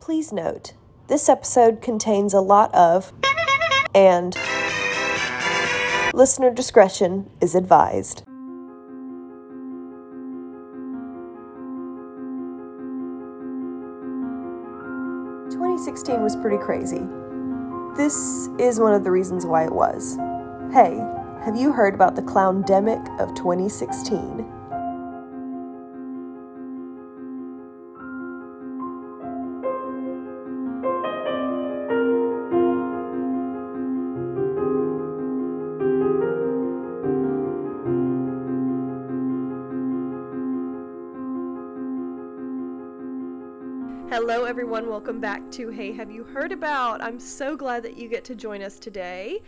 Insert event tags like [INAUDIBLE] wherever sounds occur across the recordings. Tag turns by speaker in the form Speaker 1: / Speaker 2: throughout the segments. Speaker 1: Please note, this episode contains a lot of and listener discretion is advised. Twenty sixteen was pretty crazy. This is one of the reasons why it was. Hey, have you heard about the clowndemic of 2016? Hello, everyone. Welcome back to Hey, Have You Heard About? I'm so glad that you get to join us today.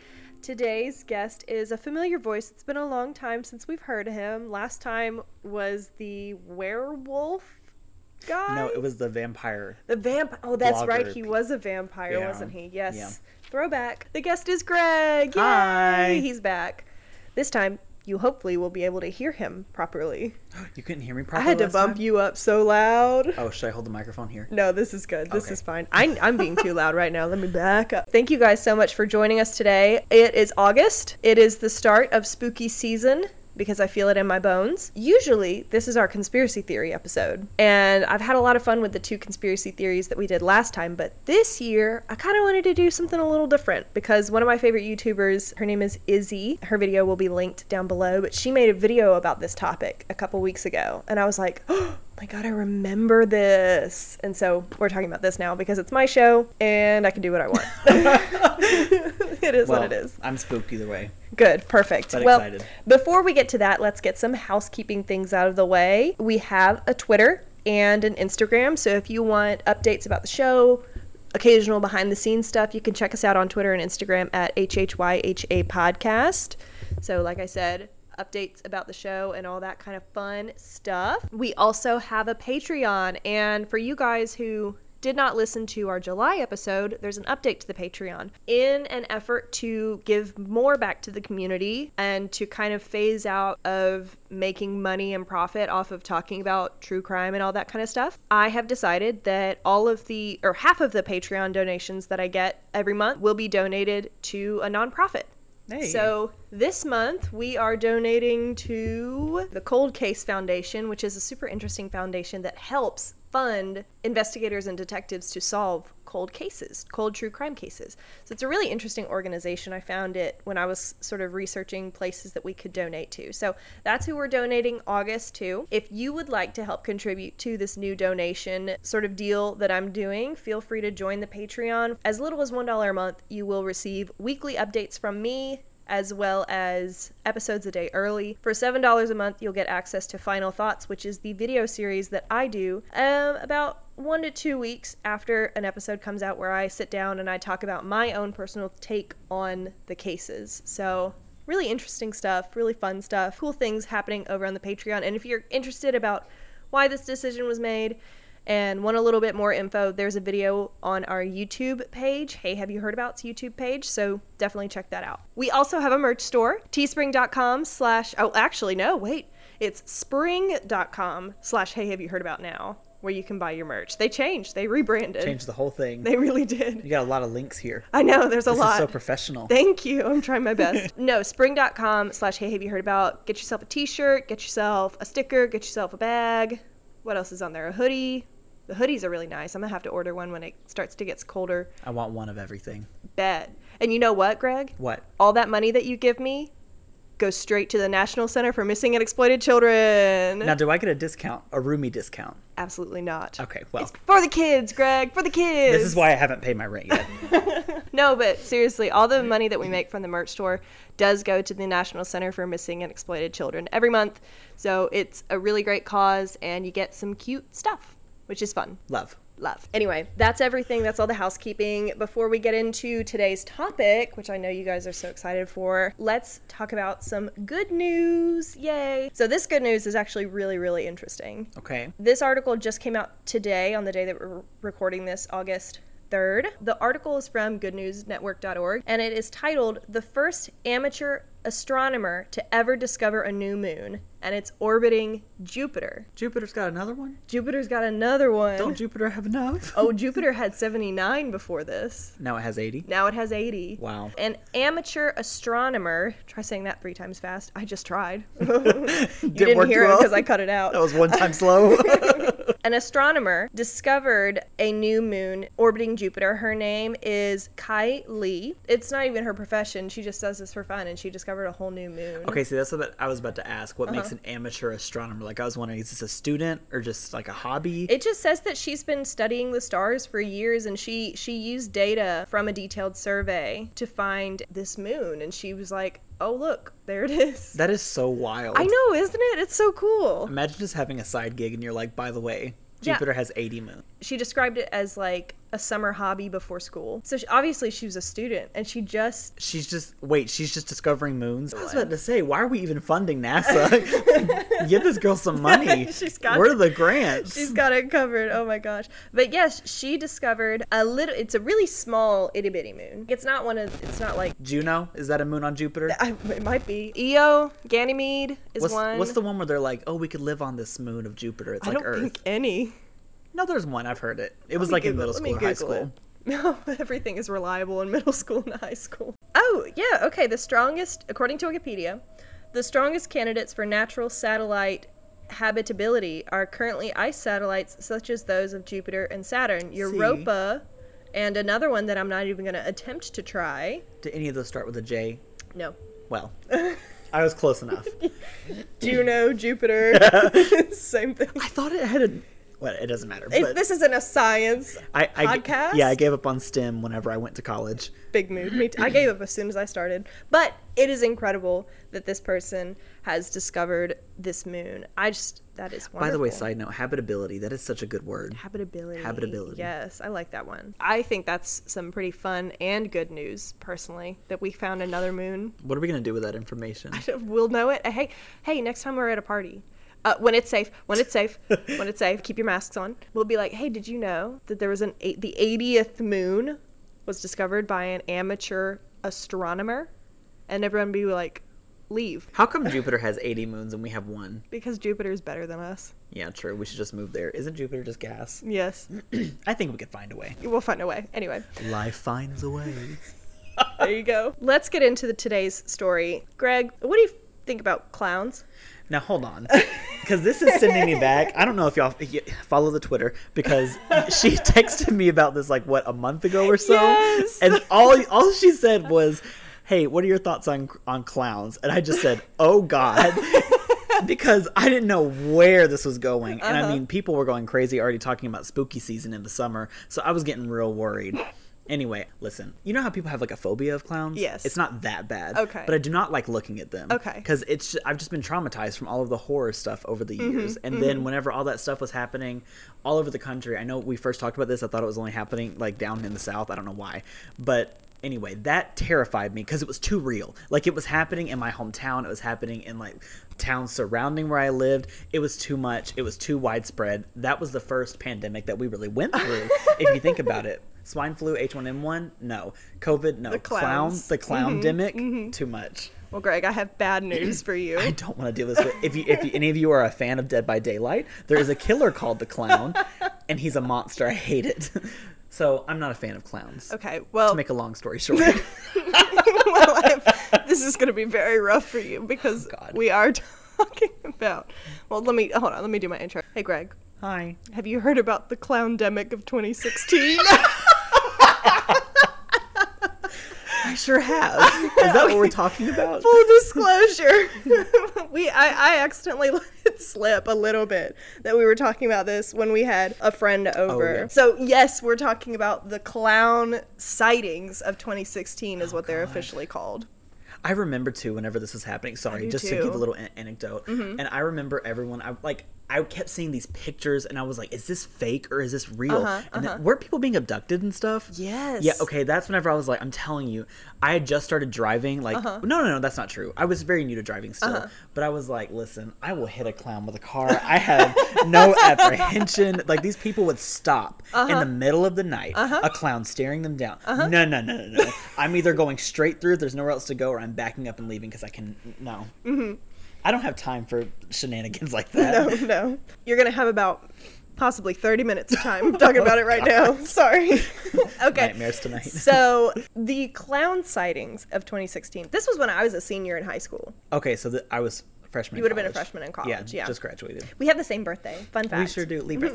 Speaker 1: Today's guest is a familiar voice. It's been a long time since we've heard him. Last time was the werewolf guy.
Speaker 2: No, it was the vampire.
Speaker 1: the vamp. Oh, that's
Speaker 2: Blogger
Speaker 1: right. He
Speaker 2: pe-
Speaker 1: was a vampire,
Speaker 2: Yeah.
Speaker 1: wasn't he? Yes.
Speaker 2: Yeah.
Speaker 1: Throwback. The guest is Greg. Yay!
Speaker 2: Hi.
Speaker 1: He's back. This time, you hopefully will be able to hear him properly.
Speaker 2: You couldn't hear me
Speaker 1: I
Speaker 2: properly.
Speaker 1: had to
Speaker 2: last
Speaker 1: bump
Speaker 2: time?
Speaker 1: you up so loud.
Speaker 2: Oh, should I hold the microphone here?
Speaker 1: No, this is good. This
Speaker 2: Okay.
Speaker 1: is fine. I, I'm being too loud right now. Let me back up. Thank you guys so much for joining us today. It is August. It is the start of spooky season because I feel it in my bones. Usually, this is our conspiracy theory episode. And I've had a lot of fun with the two conspiracy theories that we did last time, but this year, I kind of wanted to do something a little different because one of my favorite YouTubers, her name is Izzy. Her video will be linked down below, but she made a video about this topic a couple weeks ago. And I was like, [GASPS] "Oh, my god, I remember this. And so we're talking about this now because it's my show and I can do what I want. [LAUGHS] [LAUGHS] it is
Speaker 2: well,
Speaker 1: what it is.
Speaker 2: I'm spooked either way.
Speaker 1: Good, perfect.
Speaker 2: But
Speaker 1: well,
Speaker 2: excited.
Speaker 1: before we get to that, let's get some housekeeping things out of the way. We have a Twitter and an Instagram, so if you want updates about the show, occasional behind the scenes stuff, you can check us out on Twitter and Instagram at HHYHA podcast. So like I said, updates about the show and all that kind of fun stuff. We also have a Patreon, and for you guys who did not listen to our July episode, there's an update to the Patreon. In an effort to give more back to the community and to kind of phase out of making money and profit off of talking about true crime and all that kind of stuff, I have decided that all of the, or half of the Patreon donations that I get every month will be donated to a nonprofit.
Speaker 2: Hey.
Speaker 1: So this month we are donating to the Cold Case Foundation, which is a super interesting foundation that helps fund investigators and detectives to solve cold cases, cold true crime cases. So it's a really interesting organization. I found it when I was sort of researching places that we could donate to. So that's who we're donating August to. If you would like to help contribute to this new donation sort of deal that I'm doing, feel free to join the Patreon. As little as $1 a month, you will receive weekly updates from me as well as episodes a day early. For $7 a month, you'll get access to Final Thoughts, which is the video series that I do um, about one to two weeks after an episode comes out where I sit down and I talk about my own personal take on the cases. So, really interesting stuff, really fun stuff, cool things happening over on the Patreon. And if you're interested about why this decision was made, and want a little bit more info, there's a video on our YouTube page. Hey, have you heard about YouTube page? So definitely check that out. We also have a merch store, teespring.com slash, oh, actually, no, wait. It's spring.com slash, hey, have you heard about now, where you can buy your merch. They changed, they rebranded.
Speaker 2: Change the whole thing.
Speaker 1: They really did.
Speaker 2: You got a lot of links here.
Speaker 1: I know, there's a
Speaker 2: This
Speaker 1: lot.
Speaker 2: is so professional.
Speaker 1: Thank you. I'm trying my
Speaker 2: [LAUGHS]
Speaker 1: best. no, spring.com slash hey have you heard about. Get yourself a t-shirt, get yourself a sticker, get yourself a bag. What else is on there? A hoodie. The hoodies are really nice. I'm gonna have to order one when it starts to get colder.
Speaker 2: I want one of everything.
Speaker 1: Bet. And you know what, Greg?
Speaker 2: What?
Speaker 1: All that money that you give me goes straight to the National Center for Missing and Exploited Children.
Speaker 2: Now, do I get a discount? A roomie discount?
Speaker 1: Absolutely not.
Speaker 2: Okay, well,
Speaker 1: It's for the kids, Greg. For the kids.
Speaker 2: this is why I haven't paid my
Speaker 1: [LAUGHS]
Speaker 2: rent yet.
Speaker 1: No, but seriously, all the money that we make from the merch store does go to the National Center for Missing and Exploited Children every month. So it's a really great cause, and you get some cute stuff, which is fun.
Speaker 2: Love.
Speaker 1: Love. Anyway, that's everything. That's all the housekeeping. Before we get into today's topic, which I know you guys are so excited for, let's talk about some good news. Yay! So, this good news is actually really, really interesting.
Speaker 2: Okay.
Speaker 1: This article just came out today on the day that we're recording this, August 3rd. The article is from goodnewsnetwork.org and it is titled The First Amateur Astronomer to Ever Discover a New Moon and it's orbiting Jupiter.
Speaker 2: Jupiter's got another one?
Speaker 1: Jupiter's got another one.
Speaker 2: Don't Jupiter have enough?
Speaker 1: [LAUGHS] oh, Jupiter had 79 before this.
Speaker 2: [LAUGHS] Now it has 80.
Speaker 1: Now it has 80.
Speaker 2: Wow.
Speaker 1: An amateur astronomer, try saying that three times fast. I just
Speaker 2: [LAUGHS]
Speaker 1: tried. [LAUGHS] you
Speaker 2: Didn't work
Speaker 1: didn't hear
Speaker 2: too
Speaker 1: it
Speaker 2: well.
Speaker 1: because I cut it out.
Speaker 2: That was
Speaker 1: [LAUGHS]
Speaker 2: one time slow.
Speaker 1: An astronomer discovered a new moon orbiting Jupiter. Her name is Kai Lee. It's not even her profession. She just does this for fun, and she discovered a whole new moon.
Speaker 2: okay, see, that's what I was about to ask. What
Speaker 1: Uh-huh.
Speaker 2: makes an amateur astronomer? Like, I was wondering, is this a student or just like a hobby?
Speaker 1: It just says that she's been studying the stars for years and she she used data from a detailed survey to find this moon and she was like, "Oh, look, there it is."
Speaker 2: that is so wild.
Speaker 1: I know, isn't it? It's so cool.
Speaker 2: Imagine just having a side gig and you're like, by the way,
Speaker 1: Yeah.
Speaker 2: Jupiter has 80 moons.
Speaker 1: She described it as like a summer hobby before school. So she, obviously she was a student and she just
Speaker 2: She's just, wait, she's just discovering moons? I was about to say, why are we even funding NASA? [LAUGHS] Give this girl some money.
Speaker 1: [LAUGHS] She's got
Speaker 2: Where
Speaker 1: it.
Speaker 2: are the grants?
Speaker 1: She's got it covered. Oh my gosh. But yes, she discovered a little it's a really small itty bitty moon. It's not one of it's not like
Speaker 2: Juno? Is that a moon on Jupiter?
Speaker 1: I, it might be Io, Ganymede is
Speaker 2: What's,
Speaker 1: one.
Speaker 2: what's the one where they're like, oh, we could live on this moon of Jupiter? It's
Speaker 1: I
Speaker 2: like
Speaker 1: don't
Speaker 2: Earth.
Speaker 1: think any.
Speaker 2: No, there's one. I've heard it. It was
Speaker 1: me
Speaker 2: like in
Speaker 1: Google-
Speaker 2: middle
Speaker 1: let
Speaker 2: school
Speaker 1: me
Speaker 2: or high
Speaker 1: Google it.
Speaker 2: school.
Speaker 1: [LAUGHS] No, everything is reliable in middle school and high school. Oh, yeah, okay. The strongest, according to Wikipedia, the strongest candidates for natural satellite habitability are currently ice satellites such as those of Jupiter and Saturn, Europa, and another one that I'm not even going to attempt to try.
Speaker 2: Do any of those start with a J?
Speaker 1: No.
Speaker 2: [LAUGHS] Well, I was close enough.
Speaker 1: Juno,
Speaker 2: [LAUGHS]
Speaker 1: Jupiter, [LAUGHS] same thing.
Speaker 2: I thought it had a. Well, it doesn't matter.
Speaker 1: It-
Speaker 2: But
Speaker 1: this isn't a science
Speaker 2: I, I,
Speaker 1: podcast?
Speaker 2: Yeah, I gave up on STEM whenever I went to college.
Speaker 1: big mood. Me too. I gave up as soon as I started. But it is incredible that this person has discovered this moon. I just that is wonderful.
Speaker 2: By the way, side note, habitability. That is such a good word.
Speaker 1: habitability.
Speaker 2: Habitability.
Speaker 1: Yes, I like that one. I think that's some pretty fun and good news personally that we found another moon.
Speaker 2: What are we gonna do with that information?
Speaker 1: We'll know it. Hey, hey, next time we're at a party. Uh, when it's safe, when it's safe, when it's safe, keep your masks on. We'll be like, hey, did you know that there was an eight, the 80th moon was discovered by an amateur astronomer? And everyone be like, leave
Speaker 2: How come Jupiter has 80 moons and we have one?
Speaker 1: because Jupiter's better than us.
Speaker 2: Yeah, true. We should just move there. Isn't Jupiter just gas?
Speaker 1: Yes,
Speaker 2: I think we could find a way.
Speaker 1: we'll find a way. Anyway,
Speaker 2: Life finds a way.
Speaker 1: there you go. Let's get into the, today's story. Greg, what do you think about clowns?
Speaker 2: Now hold [LAUGHS] on, because this is sending me back. I don't know if y'all y- follow the Twitter because
Speaker 1: [LAUGHS]
Speaker 2: she texted me about this like what a month ago or so,
Speaker 1: Yes.
Speaker 2: and all all she said was, "Hey, what are your thoughts on on clowns?" And I just said,
Speaker 1: [LAUGHS]
Speaker 2: "Oh God." Because I didn't know where this was going. And
Speaker 1: Uh-huh.
Speaker 2: I mean, people were going crazy already talking about spooky season in the summer. So I was getting real worried. Anyway, listen, you know how people have like a phobia of clowns?
Speaker 1: Yes.
Speaker 2: It's not that bad.
Speaker 1: Okay.
Speaker 2: But I do not like looking at them.
Speaker 1: Okay.
Speaker 2: Because it's ju- I've just been traumatized from all of the horror stuff over the years, and then whenever all that stuff was happening all over the country, I know we first talked about this. I thought it was only happening like down in the south. I don't know why, but anyway, that terrified me because it was too real. Like it was happening in my hometown. It was happening in like towns surrounding where I lived. It was too much. It was too widespread. That was the first pandemic that we really went through, if you think about it. Swine flu, H1N1, no. COVID, no.
Speaker 1: clowns. Mm-hmm.
Speaker 2: Clown, the clown demic, too much.
Speaker 1: Well, Greg, I have bad news for you.
Speaker 2: I don't want to do this. But if you, if you, any of you are a fan of Dead by Daylight, there is a killer called
Speaker 1: [LAUGHS]
Speaker 2: the Clown, and he's a monster. I hate it. [LAUGHS] So I'm not a fan of clowns.
Speaker 1: Okay, well,
Speaker 2: To make a long
Speaker 1: [LAUGHS]
Speaker 2: story short,
Speaker 1: well, i this is going to be very rough for you because
Speaker 2: Oh, God.
Speaker 1: we are talking about. Well, let me hold on. Let me do my intro. Hey, Greg, [LAUGHS]
Speaker 2: hi.
Speaker 1: have you heard about the clowndemic of [LAUGHS]
Speaker 2: [LAUGHS]
Speaker 1: 2016?
Speaker 2: I sure have. Is that what we're
Speaker 1: [LAUGHS]
Speaker 2: talking about?
Speaker 1: Full disclosure, [LAUGHS] we I, I accidentally [LAUGHS] let it slip a little bit that we were talking about this when we had a friend over.
Speaker 2: Oh, yeah.
Speaker 1: So yes, we're talking about the clown sightings of 2016 is what they're
Speaker 2: Oh,
Speaker 1: officially called.
Speaker 2: I remember too whenever this was happening. Sorry,
Speaker 1: do
Speaker 2: just
Speaker 1: too. Mm-hmm.
Speaker 2: to give a little an- anecdote. And I remember everyone. I like. I kept seeing these pictures, and I was like, "Is this fake or is this real?"
Speaker 1: Uh-huh,
Speaker 2: and then, were people being abducted and stuff?
Speaker 1: Yes.
Speaker 2: Yeah. Okay. That's whenever I was like, "I'm telling you, I had just started driving." Like,
Speaker 1: Uh-huh.
Speaker 2: no, no, no, that's not true. I was very new to driving still, but I was like, "Listen, I will hit a clown with a car. I have
Speaker 1: [LAUGHS]
Speaker 2: no apprehension. Like these people would stop
Speaker 1: Uh-huh.
Speaker 2: in the middle of the night, a clown staring them down. No, no, no, no, no. I'm either going straight through. There's nowhere else to go, or I'm backing up and leaving because I can no. I don't have time for shenanigans like that.
Speaker 1: Mm-hmm. [LAUGHS] No, no. You're going to have about possibly 30 minutes of time talking about it
Speaker 2: [LAUGHS]
Speaker 1: right
Speaker 2: Oh,
Speaker 1: now. Sorry. okay.
Speaker 2: Nightmares
Speaker 1: [LAUGHS]
Speaker 2: tonight.
Speaker 1: so, the clown sightings of 2016. This was when I was a senior in high school.
Speaker 2: Okay, so the, I was a freshman.
Speaker 1: You
Speaker 2: in
Speaker 1: would have been a
Speaker 2: college.
Speaker 1: freshman in college. Yeah.
Speaker 2: just graduated.
Speaker 1: we have the same birthday. Fun fact.
Speaker 2: We sure do. [LAUGHS] Libra.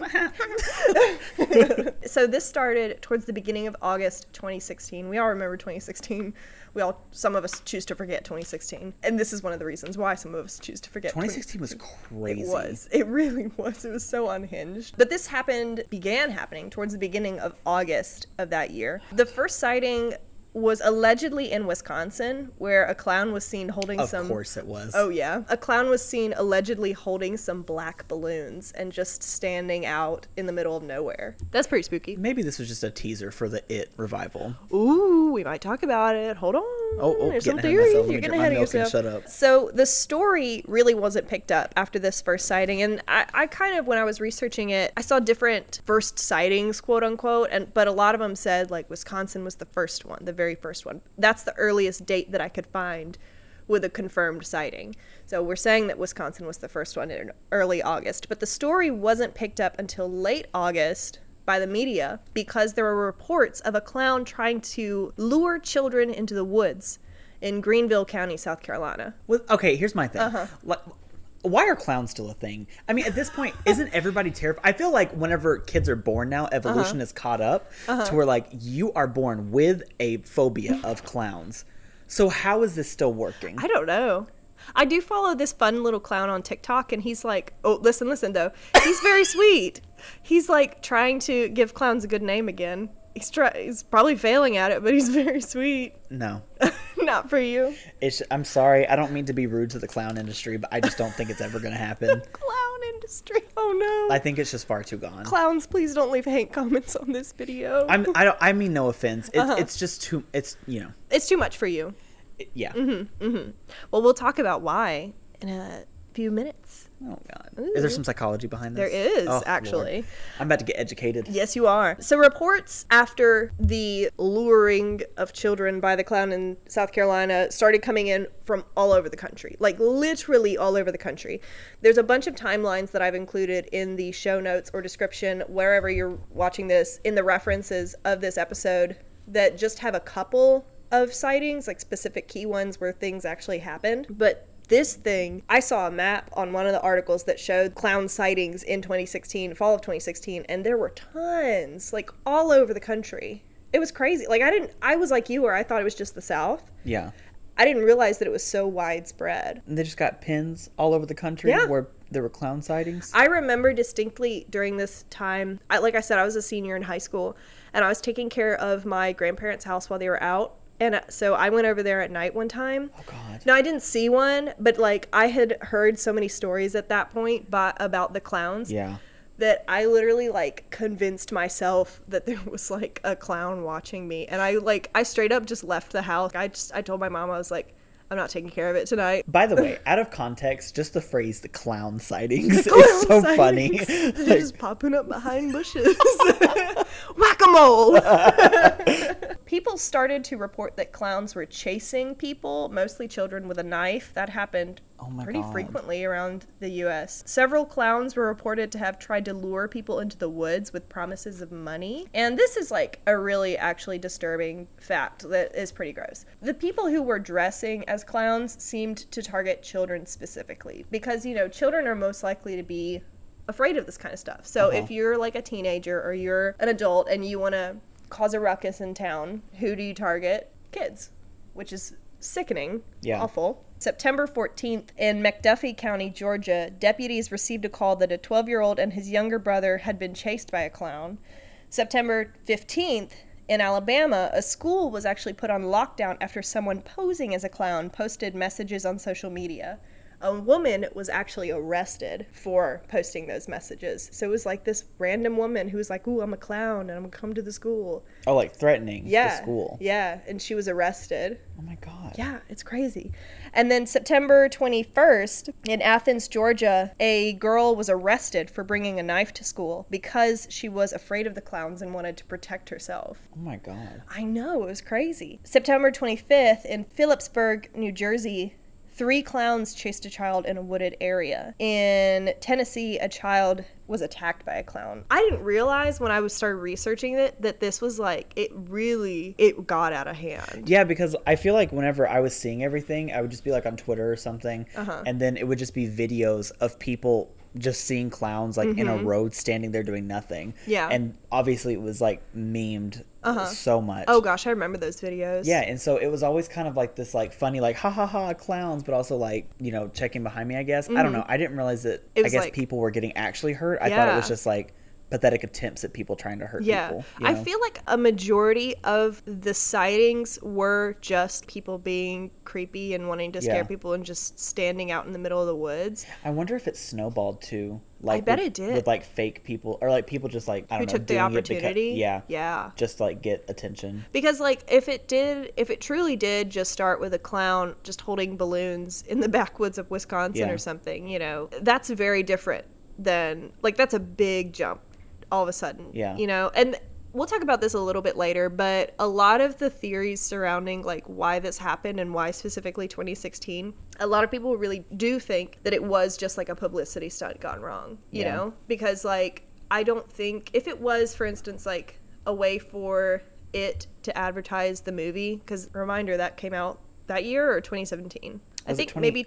Speaker 1: So this started towards the beginning of August 2016. We all remember 2016. We all, some of us choose to forget 2016, and this is one of the reasons why some of us choose to forget.
Speaker 2: 2016 was crazy.
Speaker 1: It was. [LAUGHS] It really was. It was so unhinged. But this happened, began happening towards the beginning of August of that year. The first sighting was allegedly in Wisconsin, where a clown was seen holding
Speaker 2: Of
Speaker 1: some.
Speaker 2: course it was.
Speaker 1: Oh yeah. A clown was seen allegedly holding some black balloons and just standing out in the middle of nowhere. That's pretty spooky.
Speaker 2: Maybe this was just a teaser for the It revival.
Speaker 1: Ooh, we might talk about it. Hold on.
Speaker 2: Oh, oh,
Speaker 1: There's some
Speaker 2: getting ahead of
Speaker 1: theories.
Speaker 2: myself. Let me
Speaker 1: You're
Speaker 2: drink
Speaker 1: getting
Speaker 2: my
Speaker 1: ahead of
Speaker 2: milk and
Speaker 1: yourself.
Speaker 2: shut up.
Speaker 1: So the story really wasn't picked up after this first sighting, and I, I kind of when I was researching it, I saw different first sightings, quote unquote, and but a lot of them said like Wisconsin was the first one, the very first one. That's the earliest date that I could find with a confirmed sighting. So we're saying that Wisconsin was the first one in early August, but the story wasn't picked up until late August by the media because there were reports of a clown trying to lure children into the woods in Greenville County, South Carolina.
Speaker 2: Well, okay, here's my thing. Like, why are clowns still a thing? I mean, at this [LAUGHS] point, isn't everybody terrified? I feel like whenever kids are born now, evolution is caught up to where like you are born with a phobia of clowns. So how is this still working?
Speaker 1: I don't know. I do follow this fun little clown on TikTok, and he's like, oh, listen, listen, though. He's [LAUGHS] very sweet. He's like trying to give clowns a good name again. He's, try- he's probably failing at it, but he's very sweet. [LAUGHS]
Speaker 2: no,
Speaker 1: Not for you.
Speaker 2: it's. I'm sorry. I don't mean to be rude to the clown industry, but I just don't think it's ever going to [LAUGHS] happen.
Speaker 1: Clown
Speaker 2: [LAUGHS]
Speaker 1: industry. Oh no.
Speaker 2: I think it's just far too gone.
Speaker 1: Clowns, please don't leave hate comments on this video.
Speaker 2: I'm. I don't. I mean, no offense. It,
Speaker 1: Uh-huh.
Speaker 2: It's just too. It's you know.
Speaker 1: it's too much for you.
Speaker 2: it- yeah.
Speaker 1: Mm-hmm. Well, we'll talk about why in a few minutes.
Speaker 2: Oh God! Is there some psychology behind
Speaker 1: There
Speaker 2: this?
Speaker 1: is,
Speaker 2: Oh, Lord.
Speaker 1: actually.
Speaker 2: I'm about to get educated.
Speaker 1: Yes, you are. So, reports after the luring of children by the clown in South Carolina started coming in from all over the country, like literally all over the country. There's a bunch of timelines that I've included in the show notes or description, wherever you're watching this, in the references of this episode that just have a couple of sightings, like specific key ones where things actually happened. But this thing, I saw a map on one of the articles that showed clown sightings in 2016, fall of 2016, and there were tons, like all over the country. It was crazy. Like, I didn't, I was like you, where I thought it was just the South.
Speaker 2: Yeah.
Speaker 1: I didn't realize that it was so widespread.
Speaker 2: And they just got pins all over the country
Speaker 1: Yeah.
Speaker 2: where there were clown sightings.
Speaker 1: I remember distinctly during this time, I, like I said, I was a senior in high school and I was taking care of my grandparents' house while they were out. And uh, so I went over there at night one time.
Speaker 2: oh God.
Speaker 1: No, I didn't see one, but like I had heard so many stories at that point by, about the clowns
Speaker 2: Yeah.
Speaker 1: that I literally like convinced myself that there [LAUGHS] was like a clown watching me. And I like, I straight up just left the house. I just, I told my mom, I was like, I'm not taking care of it
Speaker 2: [LAUGHS]
Speaker 1: tonight.
Speaker 2: By the way, out of context, just the phrase "the clown
Speaker 1: [LAUGHS]
Speaker 2: sightings"
Speaker 1: Clown
Speaker 2: is so
Speaker 1: sightings. [LAUGHS]
Speaker 2: funny. [LAUGHS]
Speaker 1: They're just popping up behind bushes. [LAUGHS] Whack a mole. [LAUGHS] people started to report that clowns were chasing people, mostly children, with a knife. That happened
Speaker 2: Oh my
Speaker 1: pretty
Speaker 2: God.
Speaker 1: frequently around the U.S. Several clowns were reported to have tried to lure people into the woods with promises of money. And this is like a really actually disturbing fact that is pretty gross. The people who were dressing as clowns seemed to target children specifically because, you know, children are most likely to be afraid of this kind of stuff. So
Speaker 2: Uh-huh.
Speaker 1: if you're like a teenager or you're an adult and you want to cause a ruckus in town, who do you target? Kids, which is sickening,
Speaker 2: Yeah.
Speaker 1: awful. September 14th in McDuffie County, Georgia, deputies received a call that a 12 year old and his younger brother had been chased by a clown. September 15th in Alabama, a school was actually put on lockdown after someone posing as a clown posted messages on social media. A woman was actually arrested for posting those messages. So it was like this random woman who was like, Ooh, I'm a clown and I'm gonna come to the school.
Speaker 2: oh, like threatening
Speaker 1: Yeah.
Speaker 2: the school.
Speaker 1: Yeah. And she was arrested.
Speaker 2: Oh my God.
Speaker 1: Yeah, it's crazy. And then September 21st in Athens, Georgia, a girl was arrested for bringing a knife to school because she was afraid of the clowns and wanted to protect herself.
Speaker 2: Oh my God.
Speaker 1: I know, it was crazy. September 25th in Phillipsburg, New Jersey, Three clowns chased a child in a wooded area. In Tennessee, a child was attacked by a clown. I didn't realize when I was started researching it that this was like it really it got out of hand.
Speaker 2: Yeah, because I feel like whenever I was seeing everything, I would just be like on Twitter or something,
Speaker 1: Uh-huh.
Speaker 2: and then it would just be videos of people just seeing clowns like in a road standing there doing nothing.
Speaker 1: Mm-hmm. Yeah.
Speaker 2: and obviously it was like memed so much.
Speaker 1: Oh gosh, I remember those videos.
Speaker 2: Yeah, and so it was always kind of like this, like funny, like ha ha ha clowns, but also like you know checking behind me. I guess I don't know. I didn't realize that.
Speaker 1: Mm-hmm. It
Speaker 2: I
Speaker 1: was
Speaker 2: guess
Speaker 1: like-
Speaker 2: people were getting actually hurt. I thought it was
Speaker 1: Yeah.
Speaker 2: just like pathetic attempts at people trying to hurt
Speaker 1: Yeah.
Speaker 2: people. you
Speaker 1: I
Speaker 2: know?
Speaker 1: feel like a majority of the sightings were just people being creepy and wanting to scare
Speaker 2: Yeah.
Speaker 1: people and just standing out in the middle of the woods.
Speaker 2: I wonder if it snowballed too. Like
Speaker 1: bet
Speaker 2: with,
Speaker 1: it did.
Speaker 2: with like fake people or like people just like I
Speaker 1: Who
Speaker 2: don't know
Speaker 1: took the
Speaker 2: doing it beca-
Speaker 1: opportunity?
Speaker 2: yeah,
Speaker 1: Yeah.
Speaker 2: just to, like get attention.
Speaker 1: Because like if it did if it truly did just start with a clown just holding balloons in the [LAUGHS] backwoods of Wisconsin
Speaker 2: Yeah.
Speaker 1: or something, you know, that's very different than like that's a big jump all of a sudden.
Speaker 2: Yeah.
Speaker 1: You know, and we'll talk about this a little bit later, but a lot of the theories surrounding like why this happened and why specifically 2016, a lot of people really do think that it was just like a publicity stunt gone wrong, you
Speaker 2: Yeah.
Speaker 1: know? Because like I don't think if it was for instance like a way for it to advertise the movie cuz reminder that came out that year or 2017. I
Speaker 2: Was it
Speaker 1: think
Speaker 2: 20
Speaker 1: maybe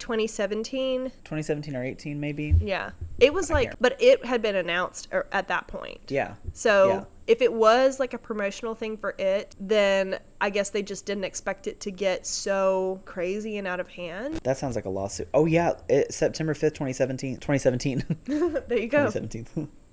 Speaker 1: 2017.
Speaker 2: 2017 or 18 maybe.
Speaker 1: Yeah. It was like
Speaker 2: can't-
Speaker 1: but it had been announced er, at that point.
Speaker 2: Yeah.
Speaker 1: So
Speaker 2: Yeah.
Speaker 1: if it was like a promotional thing for it, then I guess they just didn't expect it to get so crazy and out of hand. [LAUGHS]
Speaker 2: That sounds like a lawsuit. Oh yeah, it, September 5th, 2017. 2017. [LAUGHS]
Speaker 1: there you go.
Speaker 2: 2017.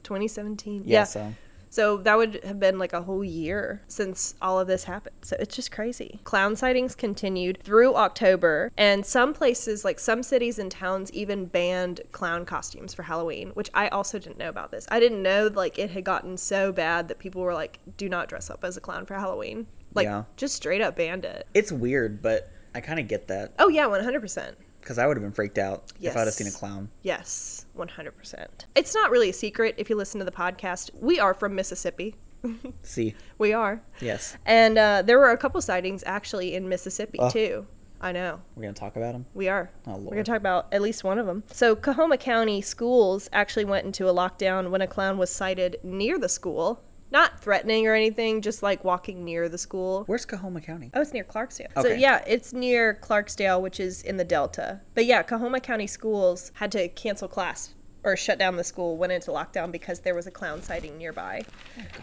Speaker 1: 2017.
Speaker 2: yeah,
Speaker 1: Yeah. So.
Speaker 2: so
Speaker 1: that would have been like a whole year since all of this happened. So it's just crazy. Clown sightings continued through October, and some places, like some cities and towns, even banned clown costumes for Halloween, which I also didn't know about this. I didn't know like it had gotten so bad that people were like, "Do not dress up as a clown for Halloween." Like
Speaker 2: Yeah.
Speaker 1: just straight up banned it.
Speaker 2: it's weird, but I kind of get that
Speaker 1: Oh yeah, one hundred percent.
Speaker 2: because I would have been freaked out if I'd have seen a
Speaker 1: Yes.
Speaker 2: clown.
Speaker 1: Yes, one hundred percent. It's not really a secret if you listen to the podcast. We are from Mississippi.
Speaker 2: See,
Speaker 1: We are,
Speaker 2: yes,
Speaker 1: and uh, there were a couple sightings actually in Mississippi
Speaker 2: Oh.
Speaker 1: too. I know.
Speaker 2: we're gonna talk about him.
Speaker 1: We are.
Speaker 2: Oh,
Speaker 1: We're going
Speaker 2: Lord.
Speaker 1: to talk about at least one of them. So, Kahoma County schools actually went into a lockdown when a clown was sighted near the school. Not threatening or anything, just like walking near the school.
Speaker 2: Where's Cahoma County?
Speaker 1: Oh, it's near Clarksdale. So
Speaker 2: Okay.
Speaker 1: yeah, it's near Clarksdale, which is in the Delta. But yeah, Cahoma County schools had to cancel class or shut down the school, went into lockdown because there was a clown sighting nearby,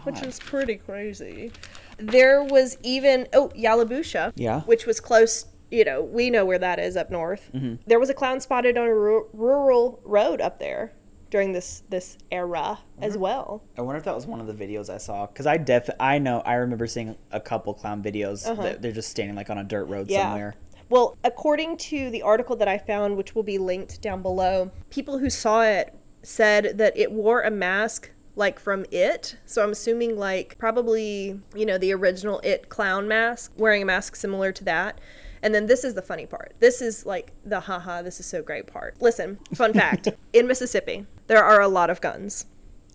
Speaker 1: which
Speaker 2: Oh, God.
Speaker 1: is pretty crazy. There was even oh Yalabusha,
Speaker 2: Yeah.
Speaker 1: which was close. You know, we know where that is up north. There was a clown spotted on a ru- rural road up there during this this era as well.
Speaker 2: I wonder if that was one of the videos I saw because I def I know I remember seeing a couple clown videos
Speaker 1: Uh-huh.
Speaker 2: that they're just standing like on a dirt road somewhere.
Speaker 1: Well, according to the article that I found, which will be linked down below, people who saw it said that it wore a mask like from it. So I'm assuming, like, probably, you know, the original it clown mask, wearing a mask similar to that. And then this is the funny part. This is like the haha, this is so great part. Listen, fun fact in Mississippi, there are a lot of guns.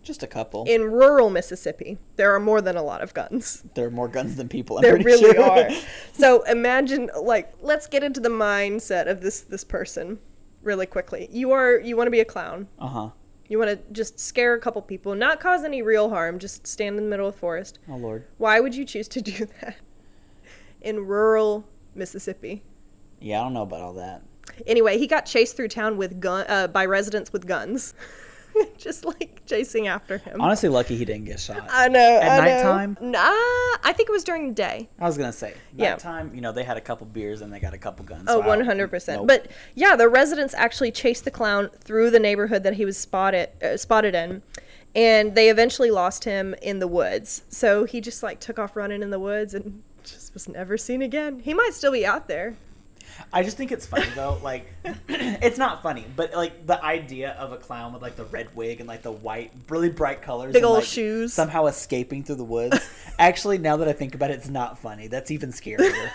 Speaker 2: Just a couple.
Speaker 1: In rural Mississippi, there are more than a lot of guns.
Speaker 2: there are more guns than people. I'm
Speaker 1: There
Speaker 2: pretty
Speaker 1: really
Speaker 2: sure. [LAUGHS]
Speaker 1: are. [LAUGHS] So imagine, like, let's get into the mindset of this this person really quickly. You are you want to be a clown.
Speaker 2: uh huh.
Speaker 1: You want to just scare a couple people, not cause any real harm, just stand in the middle of the forest.
Speaker 2: Oh lord.
Speaker 1: Why would you choose to [LAUGHS] do that in rural Mississippi?
Speaker 2: Yeah, I don't know about all that.
Speaker 1: Anyway, he got chased through town with gun uh, by residents with guns, [LAUGHS] just like chasing after him.
Speaker 2: Honestly, lucky he didn't get shot.
Speaker 1: I know.
Speaker 2: At
Speaker 1: I know.
Speaker 2: nighttime?
Speaker 1: Nah, I think it was during the day.
Speaker 2: I was gonna say
Speaker 1: Yeah.
Speaker 2: nighttime. You know, they had a couple beers and they got a couple guns.
Speaker 1: Oh,
Speaker 2: so I don't-
Speaker 1: 100%.
Speaker 2: nope.
Speaker 1: But yeah, the residents actually chased the clown through the neighborhood that he was spotted uh, spotted in and they eventually lost him in the woods. So he just like took off running in the woods and just was never seen again. He might still be out there. [LAUGHS]
Speaker 2: I just think it's funny though. Like, [CLEARS THROAT] it's not funny, but like the idea of a clown with like the red wig and like the white, really bright colors,
Speaker 1: Big
Speaker 2: and,
Speaker 1: ol'
Speaker 2: like,
Speaker 1: shoes.
Speaker 2: somehow escaping through the woods.
Speaker 1: [LAUGHS]
Speaker 2: Actually, now that I think about it, it's not funny. That's
Speaker 1: [LAUGHS]
Speaker 2: even scarier.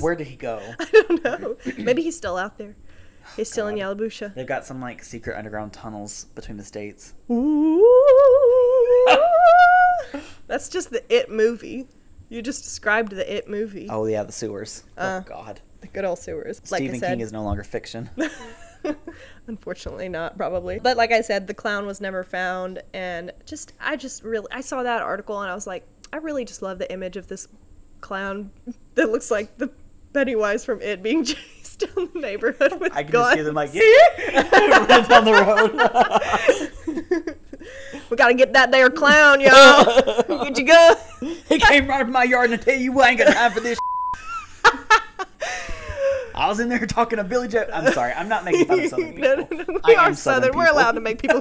Speaker 2: Where did he go?
Speaker 1: I don't know. Maybe he's still out there. He's still in Yalabusha.
Speaker 2: They've got some like secret underground tunnels between the states.
Speaker 1: Ooh. That's just the It movie. You just described the It movie.
Speaker 2: Oh yeah, the sewers. oh God.
Speaker 1: The good old sewers. Uh, Like
Speaker 2: Stephen
Speaker 1: I said,
Speaker 2: King is no longer fiction. [LAUGHS]
Speaker 1: [LAUGHS] Unfortunately, not probably. But like I said, the clown was never found, and just I just really I saw that article and I was like, I really just love the image of this clown [LAUGHS] that looks like the Pennywise from It being [LAUGHS] chased down the neighborhood with
Speaker 2: I can
Speaker 1: guns.
Speaker 2: just hear them like, yeah,
Speaker 1: [LAUGHS]
Speaker 2: yeah, run down the road.
Speaker 1: we gotta get that there clown, y'all.
Speaker 2: [LAUGHS]
Speaker 1: get your gun.
Speaker 2: he came right up in my yard and I tell you what, I ain't got time for this. I was in there talking to Billy Joe. I'm sorry, I'm not
Speaker 1: [LAUGHS]
Speaker 2: making fun of Southern people.
Speaker 1: No, no, no,
Speaker 2: I
Speaker 1: We
Speaker 2: am
Speaker 1: are southern. We're
Speaker 2: people.
Speaker 1: allowed to make
Speaker 2: [LAUGHS]
Speaker 1: people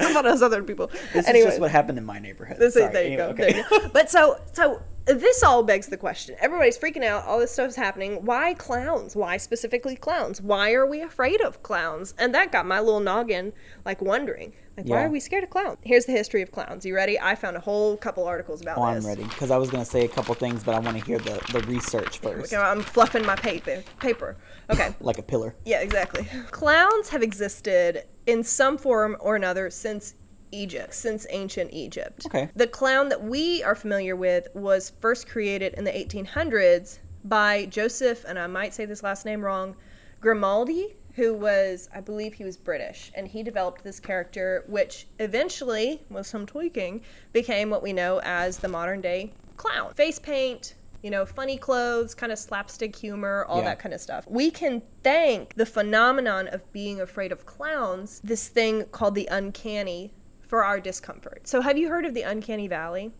Speaker 1: some fun of southern people.
Speaker 2: This
Speaker 1: anyway.
Speaker 2: is just what happened in my neighborhood.
Speaker 1: This
Speaker 2: Sorry,
Speaker 1: is, there you,
Speaker 2: anyway,
Speaker 1: go, there you go. But so so this all begs the question. Everybody's freaking out. All this stuff's happening. Why clowns? Why specifically clowns? Why are we afraid of clowns? And that got my little noggin like wondering. Like, why
Speaker 2: Yeah.
Speaker 1: are we scared of clowns? Here's the history of clowns. You ready? I found a whole couple articles about
Speaker 2: Oh, I'm
Speaker 1: this.
Speaker 2: ready because I was gonna say a couple things, but I want to hear the, the research first,
Speaker 1: Okay, I'm fluffing my paper. Paper. Okay.
Speaker 2: like a pillar.
Speaker 1: Yeah, exactly. Clowns have existed in some form or another since Egypt, since ancient Egypt.
Speaker 2: Okay.
Speaker 1: The clown that we are familiar with was first created in the 1800s by Joseph, and I might say this last name wrong, Grimaldi, who was, I believe he was British, and he developed this character, which eventually, with some tweaking, became what we know as the modern day clown. Face paint, you know, funny clothes, kind of slapstick humor, all
Speaker 2: Yeah.
Speaker 1: that kind of stuff. We can thank the phenomenon of being afraid of clowns, this thing called the uncanny, for our discomfort. So, have you heard of the uncanny valley?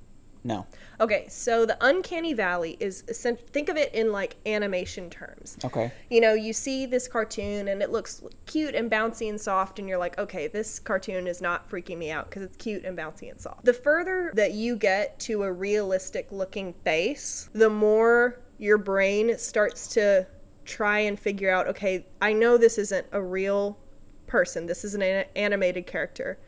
Speaker 2: No,
Speaker 1: Okay, so the uncanny valley is essen- think of it in like animation terms.
Speaker 2: okay,
Speaker 1: You know, you see this cartoon and it looks cute and bouncy and soft, and you're like, okay, this cartoon is not freaking me out because it's cute and bouncy and soft. The further that you get to a realistic looking face, the more your brain starts to try and figure out, okay, I know this isn't a real person, this is an an- animated character,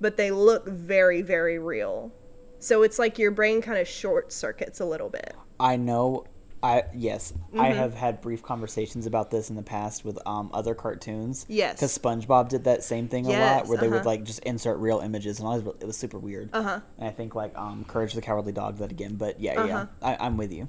Speaker 1: but they look very, very real. So it's like your brain kind of short circuits a little bit.
Speaker 2: I know. I yes, I
Speaker 1: Mm-hmm.
Speaker 2: have had brief conversations about this in the past with um other cartoons.
Speaker 1: Yes.
Speaker 2: because SpongeBob did that same thing a
Speaker 1: Yes,
Speaker 2: lot, where they would
Speaker 1: uh-huh.
Speaker 2: like just insert real images, and all this- it was super weird. Uh huh. And I think like um Courage the Cowardly Dog did that again, but yeah,
Speaker 1: Uh-huh.
Speaker 2: yeah, I, I'm with you.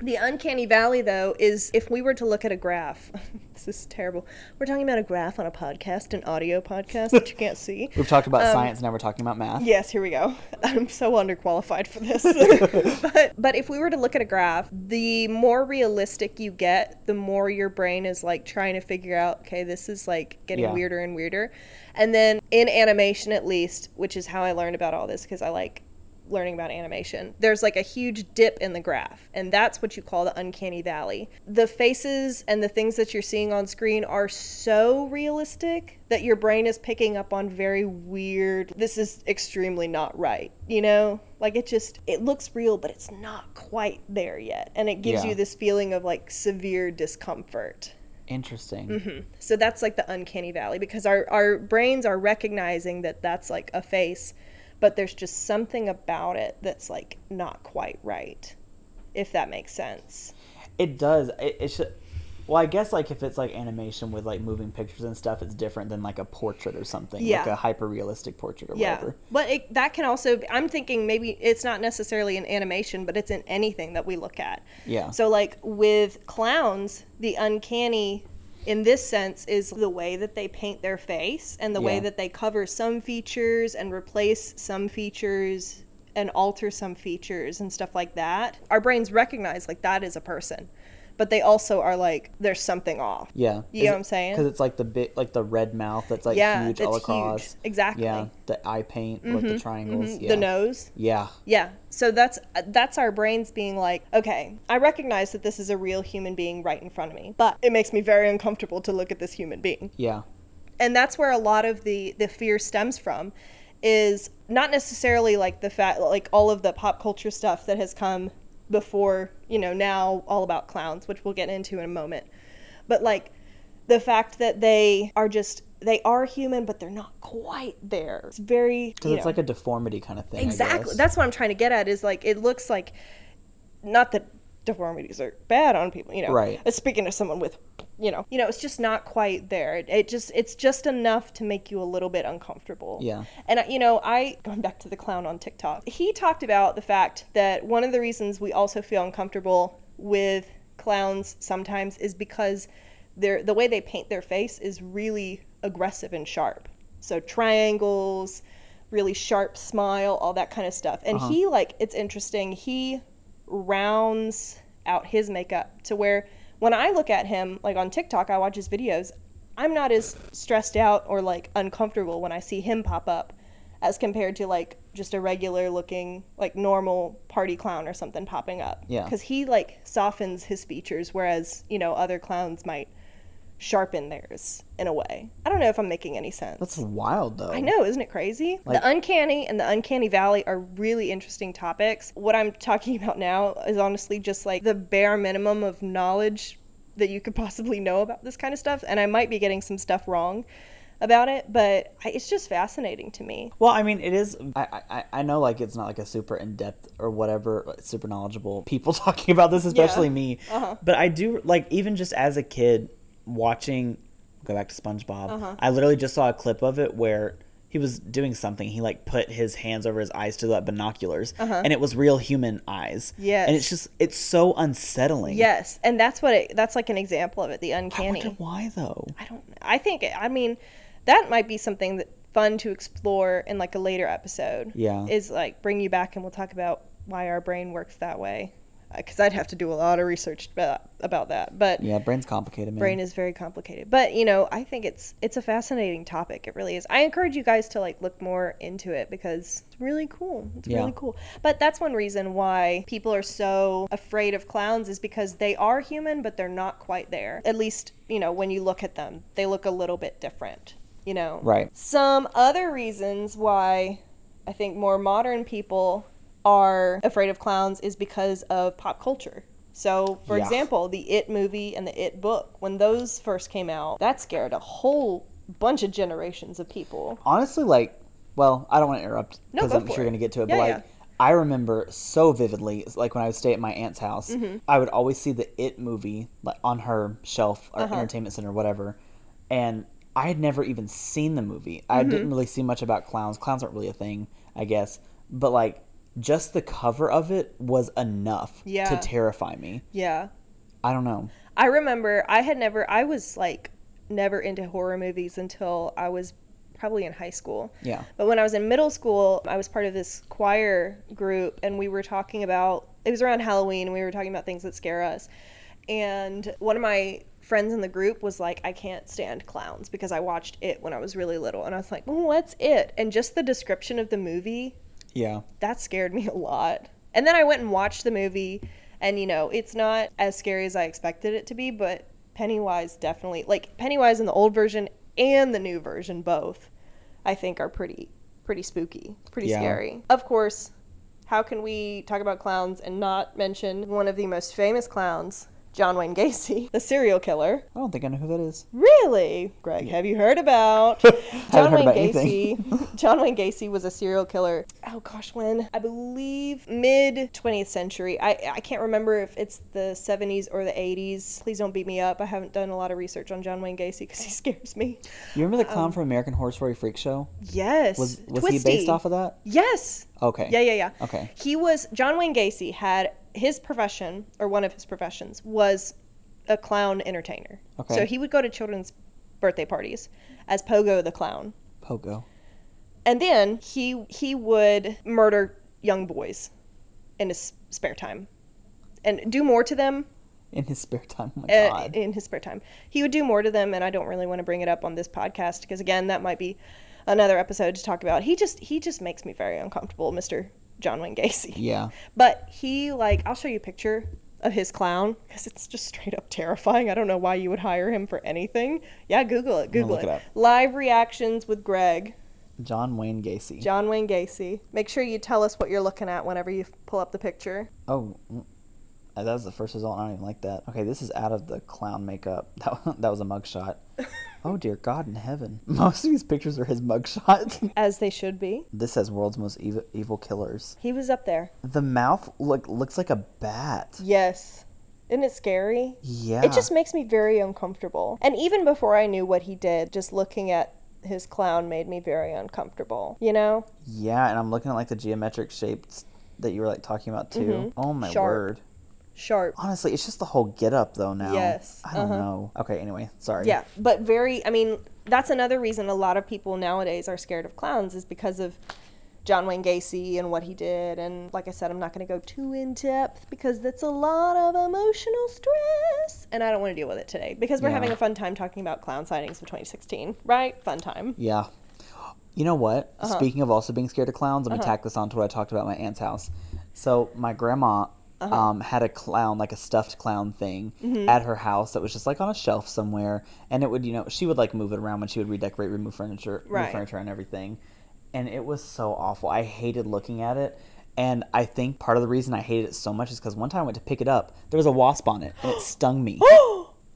Speaker 1: The uncanny valley, though, is if we were to look at a graph, [LAUGHS] this is terrible. We're talking about a graph on a podcast, an audio podcast that you can't see.
Speaker 2: We've talked about
Speaker 1: Um,
Speaker 2: science, now we're talking about math.
Speaker 1: Yes, here we go. I'm so underqualified for this. [LAUGHS] but, but if we were to look at a graph, the more realistic you get, the more your brain is like trying to figure out, okay, this is like getting
Speaker 2: Yeah.
Speaker 1: weirder and weirder. And then in animation, at least, which is how I learned about all this because I like learning about animation, there's like a huge dip in the graph. And that's what you call the uncanny valley. The faces and the things that you're seeing on screen are so realistic that your brain is picking up on very weird, this is extremely not right, you know? Like it just, it looks real, but it's not quite there yet. And it gives
Speaker 2: Yeah.
Speaker 1: you this feeling of like severe discomfort.
Speaker 2: Interesting.
Speaker 1: Mm-hmm. So that's like the uncanny valley because our, our brains are recognizing that that's like a face, but there's just something about it that's like not quite right, if that makes sense.
Speaker 2: It does. It, it should. Well, I guess like if it's like animation with like moving pictures and stuff, it's different than like a portrait or something,
Speaker 1: Yeah.
Speaker 2: like a hyper realistic portrait or
Speaker 1: Yeah.
Speaker 2: whatever.
Speaker 1: But it, that can also, be- I'm thinking maybe it's not necessarily in animation, but it's in anything that we look at.
Speaker 2: Yeah.
Speaker 1: So, like with clowns, the uncanny in this sense is the way that they paint their face and the way
Speaker 2: Yeah.
Speaker 1: that they cover some features and replace some features and alter some features and stuff like that. Our brains recognize like that is a person, but they also are like, there's something off.
Speaker 2: yeah,
Speaker 1: You know what I'm saying?
Speaker 2: Because it's like the bit, like the red mouth that's like
Speaker 1: Yeah,
Speaker 2: huge all
Speaker 1: that's huge.
Speaker 2: across.
Speaker 1: Exactly. Mm-hmm.
Speaker 2: Yeah, the eye paint, like the triangles. Yeah.
Speaker 1: The nose.
Speaker 2: Yeah,
Speaker 1: Yeah. So that's that's our brains being like, okay, I recognize that this is a real human being right in front of me, but it makes me very uncomfortable to look at this human being.
Speaker 2: yeah,
Speaker 1: And that's where a lot of the the fear stems from is not necessarily like the fact like all of the pop culture stuff that has come before, you know, now all about clowns, which we'll get into in a moment. But like the fact that they are just they are human but they're not quite there. It's very
Speaker 2: because
Speaker 1: you
Speaker 2: it's
Speaker 1: know.
Speaker 2: like a deformity kind of thing. I
Speaker 1: Exactly.
Speaker 2: guess.
Speaker 1: That's what I'm trying to get at is like it looks like not that deformities are bad on people, you know.
Speaker 2: Right.
Speaker 1: Uh, Speaking to someone with you know, you know, it's just not quite there. It, it just it's just enough to make you a little bit uncomfortable.
Speaker 2: Yeah.
Speaker 1: And I- you know, I going back to the clown on TikTok. He talked about the fact that one of the reasons we also feel uncomfortable with clowns sometimes is because their the way they paint their face is really aggressive and sharp. So triangles, really sharp smile, all that kind of stuff. And he like it's interesting. He rounds out his makeup to where when I look at him like on TikTok, I watch his videos. I'm not as stressed out or like uncomfortable when I see him pop up as compared to like just a regular looking like normal party clown or something popping up.
Speaker 2: Yeah.
Speaker 1: Cuz he like softens his features whereas, you know, other clowns might sharpen theirs in a way. I don't know if I'm making any sense.
Speaker 2: That's wild, though.
Speaker 1: I know, isn't it crazy?
Speaker 2: Like-
Speaker 1: the uncanny and the uncanny valley are really interesting topics. What I'm talking [LAUGHS] about now is honestly just like the bare minimum of knowledge that you could possibly know about this kind of stuff. And I might be getting some stuff wrong about it, but I, it's just fascinating to me.
Speaker 2: Well, I mean, it is. I, I I know like it's not like a super in depth or whatever, like, super knowledgeable people [LAUGHS] talking about this, especially me.
Speaker 1: Uh-huh.
Speaker 2: But I do like even just as a kid watching. Go back to SpongeBob.
Speaker 1: Uh-huh.
Speaker 2: I literally just saw a clip of it where he was doing something. He like put his hands over his eyes to like binoculars, and it was real human eyes.
Speaker 1: Uh-huh. Yes.
Speaker 2: and it's just it's so unsettling.
Speaker 1: Yes, and that's what it, that's like an example of it, the
Speaker 2: I
Speaker 1: uncanny.
Speaker 2: wonder why though.
Speaker 1: I don't. I think. I mean, that might be something that fun to explore in like a later episode.
Speaker 2: Yeah.
Speaker 1: Is like bring you back and we'll talk about why our brain works that way, because I'd have to do a lot of research about, about that. But
Speaker 2: Yeah, brain's complicated, man.
Speaker 1: brain is very complicated. But you know, I think it's it's a fascinating topic. It really is. I encourage you guys to like look more into it because it's really cool. It's
Speaker 2: Yeah.
Speaker 1: really cool. But that's one reason why people are so afraid of clowns is because they are human, but they're not quite there. At least you know when you look at them, they look a little bit different. You know,
Speaker 2: right.
Speaker 1: some other reasons why I think more modern people are afraid of clowns is because of pop culture. So, for
Speaker 2: Yeah.
Speaker 1: example, the It movie and the It book, when those first came out, that scared a whole bunch of generations of people.
Speaker 2: honestly, like, well, I don't want to interrupt
Speaker 1: No,
Speaker 2: because
Speaker 1: go
Speaker 2: I'm
Speaker 1: for
Speaker 2: sure you're
Speaker 1: it.
Speaker 2: going to get to it.
Speaker 1: Yeah,
Speaker 2: but
Speaker 1: yeah.
Speaker 2: like, I remember so vividly, like when I would stay at my aunt's house,
Speaker 1: Mm-hmm.
Speaker 2: I would always see the It movie like on her shelf or
Speaker 1: Uh-huh.
Speaker 2: entertainment center, whatever, and I had never even seen the movie.
Speaker 1: Mm-hmm.
Speaker 2: I didn't really see much about clowns. Clowns aren't really a thing, I guess, but like. Just the cover of it was enough
Speaker 1: Yeah.
Speaker 2: to terrify me.
Speaker 1: Yeah.
Speaker 2: I don't know.
Speaker 1: I remember I had never, I was like never into horror movies until I was probably in high school.
Speaker 2: Yeah.
Speaker 1: But when I was in middle school, I was part of this choir group, and we were talking about it was around Halloween, and we were talking about things that scare us. And one of my friends in the group was like, I can't stand clowns because I watched it when I was really little. And I was like, well, What's it? And just the description of the movie
Speaker 2: Yeah.
Speaker 1: that scared me a lot. And then I went and watched the movie, and you know, it's not as scary as I expected it to be, but Pennywise definitely, like Pennywise in the old version and the new version, both, I think are pretty, pretty spooky, pretty
Speaker 2: Yeah.
Speaker 1: scary. Of course, how can we talk about clowns and not mention one of the most famous clowns, John Wayne Gacy, [LAUGHS] the serial killer?
Speaker 2: I don't think I know who that
Speaker 1: [LAUGHS]
Speaker 2: is. [LAUGHS]
Speaker 1: Really, Greg? Have you heard about John
Speaker 2: heard
Speaker 1: Wayne
Speaker 2: about
Speaker 1: Gacy?
Speaker 2: anything.
Speaker 1: John Wayne Gacy was a serial killer. Oh gosh, when I believe mid 20th century. I I can't remember if it's the 70s or the 80s. Please don't beat me up. I haven't done a lot of research on John Wayne Gacy because he [LAUGHS] scares me.
Speaker 2: [LAUGHS] You
Speaker 1: [LAUGHS]
Speaker 2: remember the clown
Speaker 1: Um,
Speaker 2: from American Horror Story Freak Show?
Speaker 1: Yes.
Speaker 2: Was was he
Speaker 1: Twisty.
Speaker 2: based off of that?
Speaker 1: Yes.
Speaker 2: Okay.
Speaker 1: Yeah, yeah, yeah.
Speaker 2: Okay.
Speaker 1: He was John Wayne Gacy had his profession or one of his professions was a clown entertainer.
Speaker 2: Okay.
Speaker 1: So he would go to children's birthday parties as Pogo the clown.
Speaker 2: Pogo.
Speaker 1: And then he he would murder young boys in his spare time and do more to them
Speaker 2: in his spare time. Oh my
Speaker 1: uh,
Speaker 2: god.
Speaker 1: in his spare time. He would do more to them, and I don't really want to bring it up on this podcast because again, that might be another episode to talk about. He just he just makes me very uncomfortable, Mister John Wayne Gacy.
Speaker 2: yeah.
Speaker 1: But he like I'll show you a picture of his clown because it's just straight up terrifying. I don't know why you would hire him for anything. Yeah, Google it. Google
Speaker 2: look
Speaker 1: it.
Speaker 2: it up.
Speaker 1: Live reactions with Greg,
Speaker 2: John Wayne Gacy.
Speaker 1: John Wayne Gacy. Make sure you tell us what you're looking at whenever you pull up the picture.
Speaker 2: oh, mm. Uh, that was the first result. I don't even like that. Okay, this is out of the clown makeup. [LAUGHS] That, wa- that was
Speaker 1: [LAUGHS]
Speaker 2: a mugshot. oh dear God in heaven. [LAUGHS] Most of these pictures are his mugshots.
Speaker 1: As they should be.
Speaker 2: [LAUGHS] this has world's most evil, evil killers.
Speaker 1: He was up there.
Speaker 2: The mouth look looks like a bat.
Speaker 1: Yes. Isn't it scary?
Speaker 2: Yeah.
Speaker 1: It just makes me very uncomfortable. And even before I knew what he did, just looking at his clown made me very uncomfortable. You know?
Speaker 2: yeah, and I'm looking at like the geometric shapes that you were like talking about too. Oh my
Speaker 1: Mm-hmm. Sharp.
Speaker 2: word.
Speaker 1: sharp.
Speaker 2: Honestly, it's just the whole get up though now.
Speaker 1: Yes,
Speaker 2: I don't
Speaker 1: uh-huh.
Speaker 2: know. Okay, anyway, sorry.
Speaker 1: Yeah, but very. I mean, that's another reason a lot of people nowadays are scared of clowns is because of John Wayne Gacy and what he did. And like I said, I'm not going to go too in depth because that's a lot of emotional stress, and I don't want to deal with it today because we're
Speaker 2: Yeah.
Speaker 1: having a fun time talking about clown sightings of 2016, right? Fun time.
Speaker 2: Yeah. You know what?
Speaker 1: Uh-huh.
Speaker 2: Speaking of also being scared of clowns, I'm gonna tack this on to what I talked about at my aunt's house. So my grandma
Speaker 1: Uh-huh.
Speaker 2: um, had a clown, like a stuffed clown thing,
Speaker 1: Mm-hmm.
Speaker 2: at her house that was just like on a shelf somewhere, and it would, you know, she would like move it around when she would redecorate, remove furniture,
Speaker 1: Right.
Speaker 2: move furniture and everything, and it was so awful. I hated looking at it. And I think part of the reason I hated it so much is because one time I went to pick it up, there was a wasp on it, and it stung me.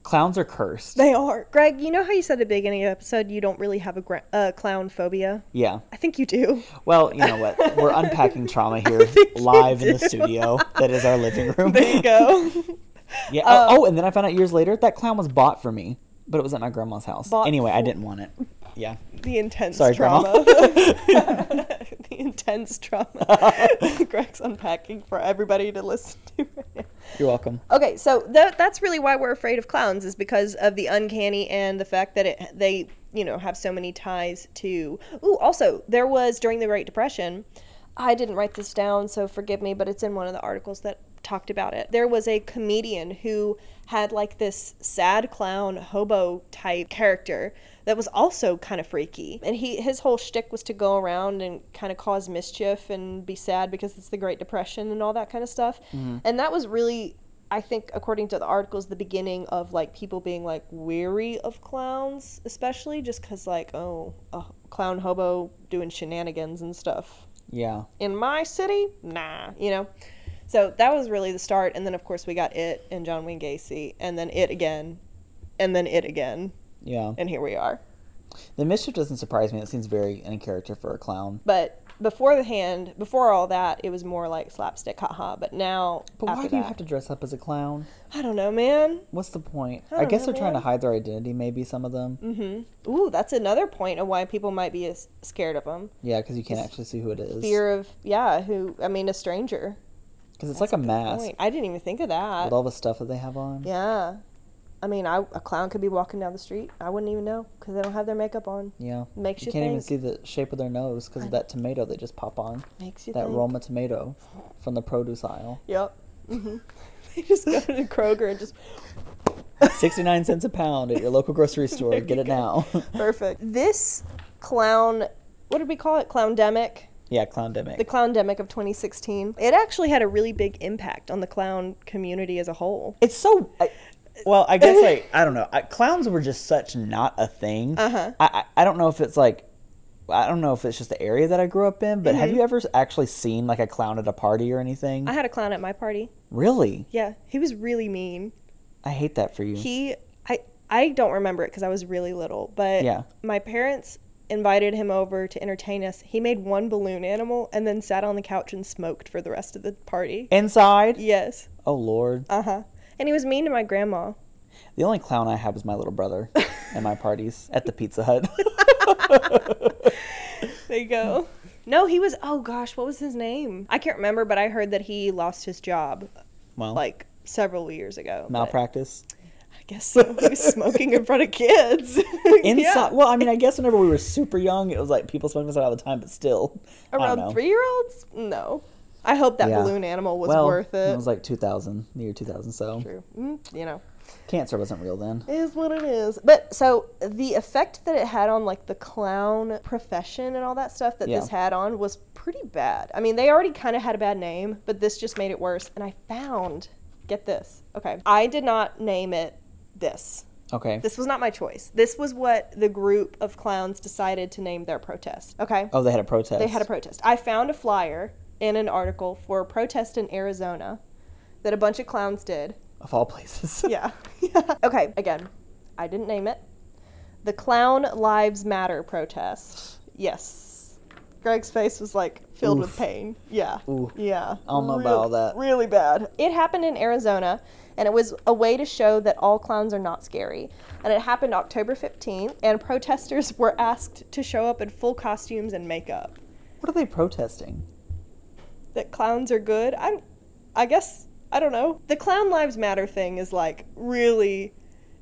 Speaker 2: Clowns are cursed.
Speaker 1: [GASPS] They are. Greg, you know how you said at the beginning of the episode you don't really have a gra- uh, clown phobia?
Speaker 2: Yeah.
Speaker 1: I think you do.
Speaker 2: Well, you know what? We're unpacking
Speaker 1: [LAUGHS]
Speaker 2: trauma here live in the studio that is our living room.
Speaker 1: There you go. Um,
Speaker 2: Yeah. oh, oh, and then I found out years later that clown was bought for me, but it was at my grandma's house.
Speaker 1: Bought
Speaker 2: Anyway, I
Speaker 1: for-
Speaker 2: didn't want it. Yeah.
Speaker 1: the intense
Speaker 2: Sorry,
Speaker 1: trauma. [LAUGHS]
Speaker 2: Grandma.
Speaker 1: the intense
Speaker 2: [LAUGHS]
Speaker 1: trauma. Greg's unpacking for everybody to listen to right now.
Speaker 2: You're welcome.
Speaker 1: Okay, so tha that's really why we're afraid of clowns is because of the uncanny and the fact that it, they, you know, have so many ties to. Ooh, also there was during the Great Depression. I didn't write this down, so forgive me, but it's in one of the articles that talked about it. There was a comedian who had like this sad clown hobo type character that was also kind of freaky. And he his whole shtick was to go around and kind of cause mischief and be sad because it's the Great Depression and all that kind of stuff. And that was really I think according to the articles, the beginning of like people being like weary of clowns, especially just because like oh, a clown hobo doing shenanigans and stuff
Speaker 2: Yeah.
Speaker 1: in my city, nah, you know. So that was really the start, and then of course we got it and John Wayne Gacy, and then it again, and then it again,
Speaker 2: Yeah.
Speaker 1: and here we are.
Speaker 2: The mischief doesn't surprise me. It seems very in character for a clown.
Speaker 1: But before the hand, before all that, it was more like slapstick, haha. But now,
Speaker 2: But
Speaker 1: after
Speaker 2: why do you
Speaker 1: that-
Speaker 2: have to dress up as a clown?
Speaker 1: I don't know, man.
Speaker 2: What's the point?
Speaker 1: I
Speaker 2: I,
Speaker 1: don't
Speaker 2: guess
Speaker 1: know,
Speaker 2: they're trying to
Speaker 1: man.
Speaker 2: hide their identity, maybe some of them. Yeah, 'cause
Speaker 1: Mm-hmm. Ooh, that's another point of why people might be as scared of them.
Speaker 2: Yeah, because you can't actually see who it is.
Speaker 1: Fear of, yeah, who? I mean, a stranger.
Speaker 2: Because it's like a mask
Speaker 1: Point. I didn't even think of that.
Speaker 2: with all the stuff that they have on.
Speaker 1: Yeah. I mean, I, a clown could be walking down the street. I wouldn't even know because they don't have their makeup on.
Speaker 2: Yeah.
Speaker 1: Makes you
Speaker 2: you can't even
Speaker 1: think.
Speaker 2: see the shape of their nose because of that tomato they just pop on.
Speaker 1: Makes you
Speaker 2: That
Speaker 1: think.
Speaker 2: Roma tomato from the produce aisle.
Speaker 1: Yep. hmm [LAUGHS] they just go to Kroger
Speaker 2: [LAUGHS]
Speaker 1: and just
Speaker 2: 69 cents a pound at your
Speaker 1: [LAUGHS]
Speaker 2: local grocery store. Get it now.
Speaker 1: perfect. This clown, what did we call it? Clowndemic.
Speaker 2: [LAUGHS] yeah, clowndemic.
Speaker 1: The clowndemic of 2016. It actually had a really big impact on the clown community as a whole.
Speaker 2: it's so. I, well, I
Speaker 1: [LAUGHS]
Speaker 2: guess, like, I don't know. I, clowns were just such not a thing.
Speaker 1: Uh-huh.
Speaker 2: I, I, I don't know if it's like. I don't know if it's just the area that I grew up in, but have you ever actually seen like a clown at a party or anything?
Speaker 1: Mm-hmm. I had a clown at my party.
Speaker 2: really?
Speaker 1: Yeah, he was really mean.
Speaker 2: I hate that for you.
Speaker 1: He, I, I don't remember it because I was really little, but
Speaker 2: Yeah.
Speaker 1: my parents invited him over to entertain us. He made one balloon animal and then sat on the couch and smoked for the rest of the party.
Speaker 2: Inside?
Speaker 1: Yes.
Speaker 2: Oh, Lord.
Speaker 1: Uh huh. And he was mean to my grandma. [LAUGHS]
Speaker 2: The only clown I have is my little brother at my parties at the Pizza Hut. [LAUGHS]
Speaker 1: There you go. No, he was. Oh gosh, what was his name? I can't remember, but I heard that he lost his job
Speaker 2: Well,
Speaker 1: like several years ago. but
Speaker 2: malpractice.
Speaker 1: I guess so. He was smoking in front of kids. [LAUGHS]
Speaker 2: Inside.
Speaker 1: Yeah.
Speaker 2: Well, I mean, I guess whenever we were super young, it was like people smoked us out all the time, but still. I don't know.
Speaker 1: Around three year olds? No. I hope that
Speaker 2: Yeah.
Speaker 1: balloon animal was
Speaker 2: well,
Speaker 1: worth it.
Speaker 2: It was like 2000, the year 2000. So
Speaker 1: True. Mm, you know.
Speaker 2: cancer wasn't real then.
Speaker 1: is what it is. But so the effect that it had on like the clown profession and all that stuff that
Speaker 2: Yeah.
Speaker 1: this had on was pretty bad. I mean, they already kind of had a bad name, but this just made it worse. And I found, get this, okay, I did not name it this.
Speaker 2: Okay.
Speaker 1: This was not my choice. This was what the group of clowns decided to name their protest. Okay.
Speaker 2: oh, they had a protest.
Speaker 1: They had a protest. I found a flyer in an article for a protest in Arizona that a bunch of clowns did
Speaker 2: Of all places.
Speaker 1: [LAUGHS] yeah. okay, again, I didn't name it. The Clown Lives Matter protest. Yes. Greg's face was like filled with
Speaker 2: Oof.
Speaker 1: pain. Yeah.
Speaker 2: [LAUGHS] Ooh.
Speaker 1: Yeah.
Speaker 2: I don't know about
Speaker 1: Really-
Speaker 2: all that.
Speaker 1: Really bad. It happened in Arizona, and it was a way to show that all clowns are not scary. And it happened October 15th, and protesters were asked to show up in full costumes and makeup.
Speaker 2: What are they protesting?
Speaker 1: That clowns are good. I'm, I guess I don't know. The clown lives matter thing is like really,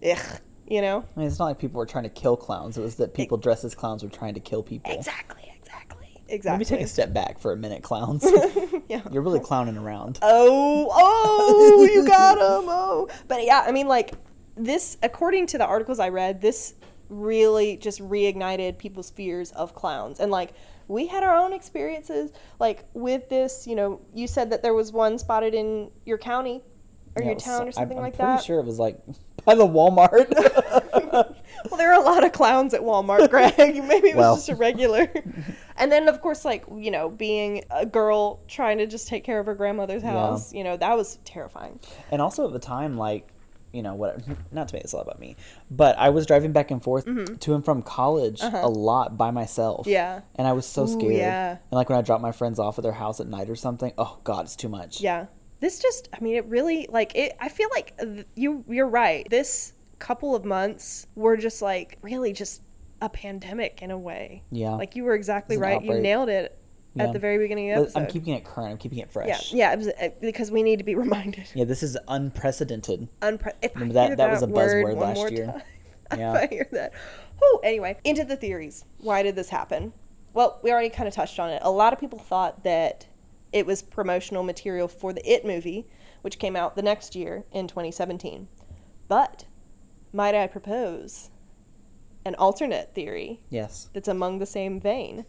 Speaker 1: ugh, you know?
Speaker 2: I mean, it's not like people were trying to kill clowns. It was that people dressed as clowns were trying to kill people.
Speaker 1: Exactly, exactly.
Speaker 2: Let me
Speaker 1: Exactly.
Speaker 2: take a step back for a
Speaker 1: [LAUGHS]
Speaker 2: minute, clowns.
Speaker 1: yeah.
Speaker 2: You're really clowning around.
Speaker 1: Oh, oh,
Speaker 2: [LAUGHS]
Speaker 1: you got him. Oh. But yeah, I mean, like, this, according to the articles I read, this really just reignited people's fears of clowns. And, like, we had our own experiences, like, with this, you know, you said that there was one spotted in your county or
Speaker 2: Yeah,
Speaker 1: your
Speaker 2: it was-
Speaker 1: town or something
Speaker 2: I'm,
Speaker 1: like
Speaker 2: I'm
Speaker 1: that.
Speaker 2: pretty sure it was like [LAUGHS] by the Walmart.
Speaker 1: [LAUGHS] Well, there are a lot of clowns at
Speaker 2: [LAUGHS]
Speaker 1: Walmart, Greg. [LAUGHS] Maybe it was
Speaker 2: Well.
Speaker 1: just a
Speaker 2: [LAUGHS]
Speaker 1: regular. and then, of course, like, you know, being a girl trying to just take care of her grandmother's house, you know, that was terrifying.
Speaker 2: And also at the time, like, you know, what? Not to make this all about me, but I was driving back and forth to and from college a lot by myself.
Speaker 1: Mm-hmm. Uh-huh. Yeah.
Speaker 2: And I was so scared.
Speaker 1: yeah.
Speaker 2: And like when I dropped my friends off at their house at night or something, oh God, it's too much.
Speaker 1: Yeah. This just, I mean, it really, like, it, I feel like th- you, you're right. This couple of months were just like really just a pandemic in a way.
Speaker 2: Yeah.
Speaker 1: Like, you were exactly
Speaker 2: It was an
Speaker 1: right. You
Speaker 2: outbreak.
Speaker 1: nailed it
Speaker 2: Yeah.
Speaker 1: at the very beginning of the
Speaker 2: But
Speaker 1: episode.
Speaker 2: I'm keeping it current. I'm keeping it fresh.
Speaker 1: yeah. Yeah. It was, uh, because we need to be [LAUGHS] reminded.
Speaker 2: Yeah, this is unprecedented.
Speaker 1: Unpre- if I
Speaker 2: Remember that-
Speaker 1: hear
Speaker 2: that was a
Speaker 1: word
Speaker 2: buzzword
Speaker 1: one
Speaker 2: last
Speaker 1: more
Speaker 2: year.
Speaker 1: Time, [LAUGHS]
Speaker 2: Yeah.
Speaker 1: if I hear that. Oh, anyway, into the theories. Why did this happen? Well, we already kind of touched on it. A lot of people thought that it was promotional material for the It movie, which came out the next year in 2017. But might I propose an alternate theory
Speaker 2: Yes,
Speaker 1: that's among the same vein?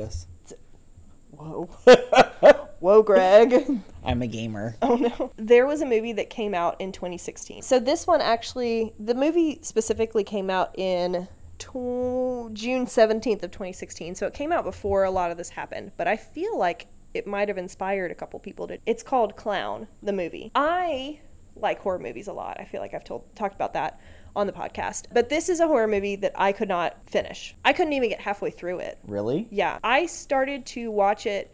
Speaker 1: [LAUGHS]
Speaker 2: Us.
Speaker 1: Whoa. Whoa, [LAUGHS] Greg.
Speaker 2: I'm a gamer.
Speaker 1: Oh no. There was a movie that came out in 2016. So this one actually, the movie specifically came out in tw- June 17th of 2016. So it came out before a lot of this happened, but I feel like it might have inspired a couple people to. It's called Clown, the movie. I like horror movies a lot. I feel like I've told talked about that on the podcast. But this is a horror movie that I could not finish. I couldn't even get halfway through it.
Speaker 2: Really?
Speaker 1: Yeah, I started to watch it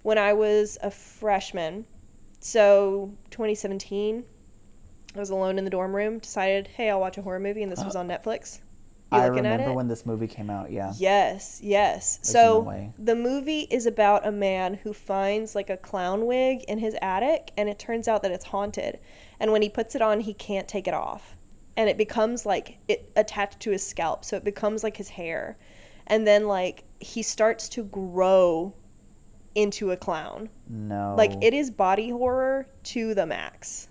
Speaker 1: when I was a freshman. So 2017, I was alone in the dorm room. Decided, hey, I'll watch a horror movie, and this was on Netflix. You
Speaker 2: Uh, I
Speaker 1: looking at
Speaker 2: remember
Speaker 1: it?
Speaker 2: when this movie came out. Yeah.
Speaker 1: Yes, yes.
Speaker 2: There's
Speaker 1: so
Speaker 2: no way.
Speaker 1: the movie is about a man who finds like a clown wig in his attic, and it turns out that it's haunted. And when he puts it on, he can't take it off, and it becomes like it attached to his scalp, so it becomes like his hair, and then like he starts to grow into a clown.
Speaker 2: No.
Speaker 1: Like it is body horror to the max.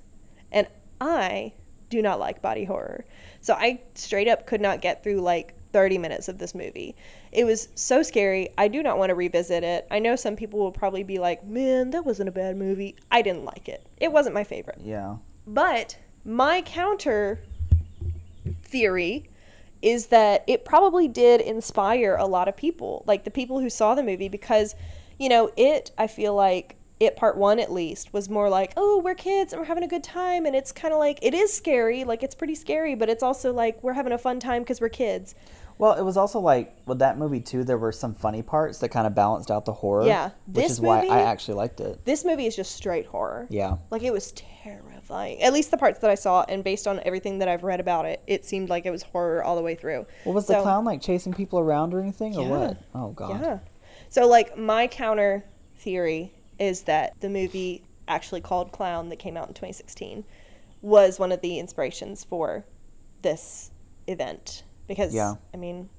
Speaker 1: And I do not like body horror. So I straight up could not get through like 30 minutes of this movie. It was so scary. I do not want to revisit it. I know some people will probably be like, "Man, that wasn't a bad movie." I didn't like it. It wasn't my favorite.
Speaker 2: Yeah.
Speaker 1: But my counter theory is that it probably did inspire a lot of people, like the people who saw the movie, because, you know, it, I feel like, it part one at least was more like, oh, we're kids and we're having a good time. And it's kind of like, it is scary. Like, it's pretty scary, but it's also like, we're having a fun time because we're kids.
Speaker 2: Well, it was also like with that movie too. There were some funny parts that kind of balanced out the horror.
Speaker 1: Yeah.
Speaker 2: which
Speaker 1: This
Speaker 2: is why
Speaker 1: movie-
Speaker 2: I actually liked it.
Speaker 1: This movie is just straight horror.
Speaker 2: Yeah,
Speaker 1: Like, it was terrifying. At least the parts that I saw, and based on everything that I've read about it, it seemed like it was horror all the way through.
Speaker 2: Well, was the
Speaker 1: So-
Speaker 2: clown like chasing people around or anything or
Speaker 1: Yeah.
Speaker 2: what? Oh god.
Speaker 1: Yeah. So like my counter theory is that the movie actually called Clown that came out in 2016 was one of the inspirations for this event because
Speaker 2: Yeah.
Speaker 1: I mean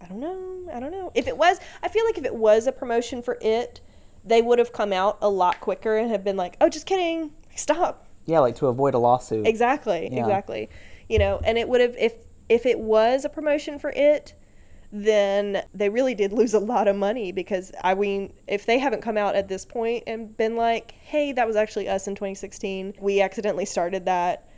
Speaker 1: I don't know. I don't know. If it was I feel like if it was a promotion for it, they would have come out a lot quicker and have been like, "Oh, just kidding. Stop.
Speaker 2: Yeah, like to avoid a lawsuit.
Speaker 1: Exactly.
Speaker 2: Yeah.
Speaker 1: Exactly. You know, and it would have if if it was a promotion for it, then they really did lose a lot of money because I mean, if they haven't come out at this point and been like, "Hey, that was actually us in 2016. We accidentally started that."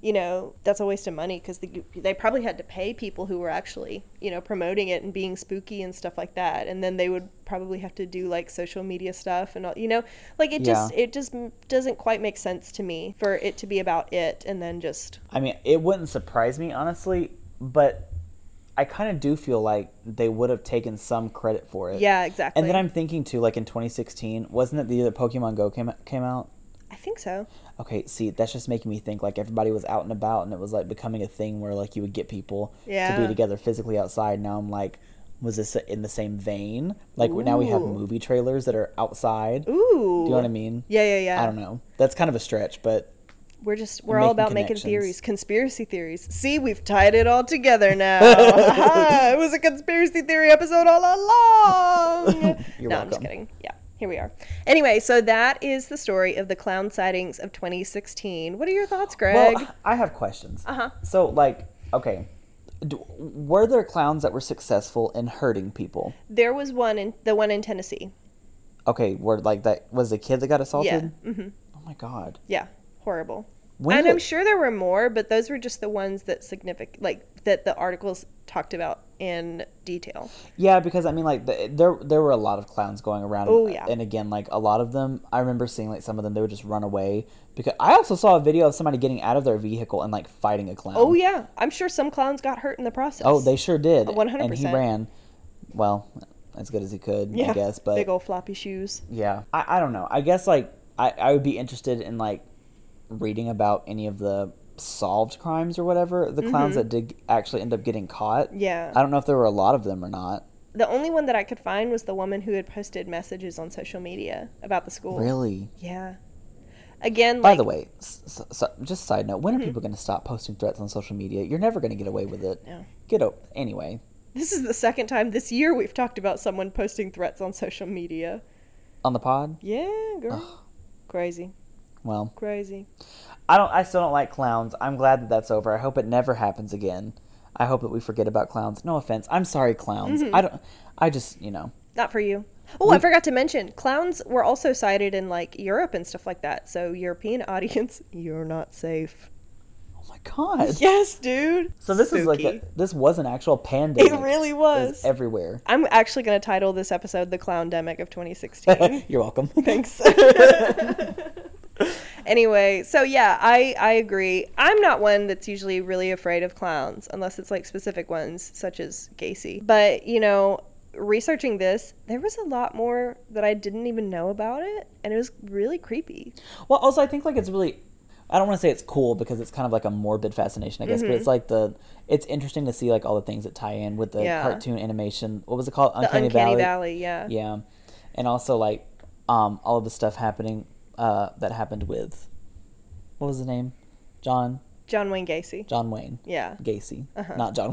Speaker 1: You know, that's a waste of money because the, they probably had to pay people who were actually, you know, promoting it and being spooky and stuff like that. And then they would probably have to do like social media stuff and all, you know, like it just, it just m- doesn't quite make sense to me for it to be about it and then just
Speaker 2: I mean, it wouldn't surprise me honestly, but I kind of do feel like they would have taken some credit for it.
Speaker 1: yeah exactly
Speaker 2: And then I'm thinking too, like in 2016, wasn't it the year that Pokemon Go came came out?
Speaker 1: i think so
Speaker 2: Okay, see, that's just making me think like everybody was out and about, and it was like becoming a thing where like you would get people to
Speaker 1: Yeah.
Speaker 2: be together physically outside. Now I'm like, was this in the same vein? Like now we have
Speaker 1: Ooh.
Speaker 2: movie trailers that are outside.
Speaker 1: Ooh.
Speaker 2: Do you know what I mean?
Speaker 1: Yeah, yeah, yeah.
Speaker 2: I don't know. That's kind of a stretch, but
Speaker 1: We're just we're all
Speaker 2: making
Speaker 1: about making
Speaker 2: connections.
Speaker 1: theories, conspiracy theories. See, we've tied it all together
Speaker 2: [LAUGHS]
Speaker 1: now. [LAUGHS] Aha, it was a conspiracy theory episode all along.
Speaker 2: [LAUGHS] You're
Speaker 1: no, I'm just
Speaker 2: welcome.
Speaker 1: kidding. Yeah, here we are. Anyway, so that is the story of the clown sightings of 2016. What are your thoughts, Greg?
Speaker 2: well, uh, I have questions.
Speaker 1: Uh-huh.
Speaker 2: So like, okay, do, were there clowns that were successful in hurting people?
Speaker 1: there was one in the one in Tennessee.
Speaker 2: Okay, were like that was the kid that got assaulted?
Speaker 1: Yeah, hmm
Speaker 2: Oh my god.
Speaker 1: yeah, horrible.
Speaker 2: When
Speaker 1: and
Speaker 2: did-
Speaker 1: I'm sure there were more, but those were just the ones that significant, like that the articles talked about in detail.
Speaker 2: Yeah, because I mean, like the, there there were a lot of clowns going around.
Speaker 1: Oh, yeah.
Speaker 2: And again, like a lot of them, I remember seeing like some of them they would just run away because I also saw a video of somebody getting out of their vehicle and like fighting a clown.
Speaker 1: Oh yeah, I'm sure some clowns got hurt in the process.
Speaker 2: Oh, they sure did.
Speaker 1: Uh, 100%.
Speaker 2: And he ran, well, as good as he could, I guess. But
Speaker 1: big old floppy shoes.
Speaker 2: yeah, I, I don't know. I guess like I I would be interested in like reading about any of the solved crimes or whatever the clowns
Speaker 1: Mm-hmm.
Speaker 2: that did actually end up getting caught.
Speaker 1: Yeah.
Speaker 2: I don't know if there were a lot of them or not.
Speaker 1: The only one that I could find was the woman who had posted messages on social media about the school.
Speaker 2: Really.
Speaker 1: Yeah. Again,
Speaker 2: By
Speaker 1: like
Speaker 2: the way, s s s- just side note: when are people going to stop posting threats on social media? You're never going to get away with it.
Speaker 1: No.
Speaker 2: Get o Anyway,
Speaker 1: this is the second time this year we've talked about someone posting threats on social media.
Speaker 2: on the pod.
Speaker 1: Yeah, girl. Crazy,
Speaker 2: Well,
Speaker 1: crazy.
Speaker 2: I don't. I still don't like clowns. I'm glad that that's over. I hope it never happens again. I hope that we forget about clowns. No offense. I'm sorry, clowns. I don't. I just you know.
Speaker 1: Not for you. Oh, I
Speaker 2: We-
Speaker 1: forgot to mention, clowns were also cited in like Europe and stuff like that. So European [LAUGHS] audience, you're not safe.
Speaker 2: Oh my god.
Speaker 1: Yes, dude.
Speaker 2: [LAUGHS] So this is like a,
Speaker 1: Spooky.
Speaker 2: this was an actual pandemic.
Speaker 1: it really
Speaker 2: It was
Speaker 1: was.
Speaker 2: [LAUGHS] everywhere.
Speaker 1: I'm actually going to title this episode "The Clown Demic of [LAUGHS] 2016."
Speaker 2: You're welcome. [LAUGHS]
Speaker 1: Thanks. anyway, so yeah, I I agree. I'm not one that's usually really afraid of clowns unless it's like specific ones such as Gacy. But, you know, researching this, there was a lot more that I didn't even know about it and it was really creepy.
Speaker 2: Well, also I think like it's really, I don't want to say it's cool because it's kind of like a morbid fascination, I guess. But it's
Speaker 1: Mm-hmm.
Speaker 2: like the, it's interesting to see like all the things that tie in with the
Speaker 1: Yeah.
Speaker 2: cartoon animation. What was it called?
Speaker 1: The Uncanny Valley, yeah.
Speaker 2: Yeah, and also like, um, all of the stuff happening, uh, that happened with, what was the name, John
Speaker 1: John Wayne Gacy.
Speaker 2: John Wayne.
Speaker 1: Yeah. uh-huh,
Speaker 2: Gacy, not John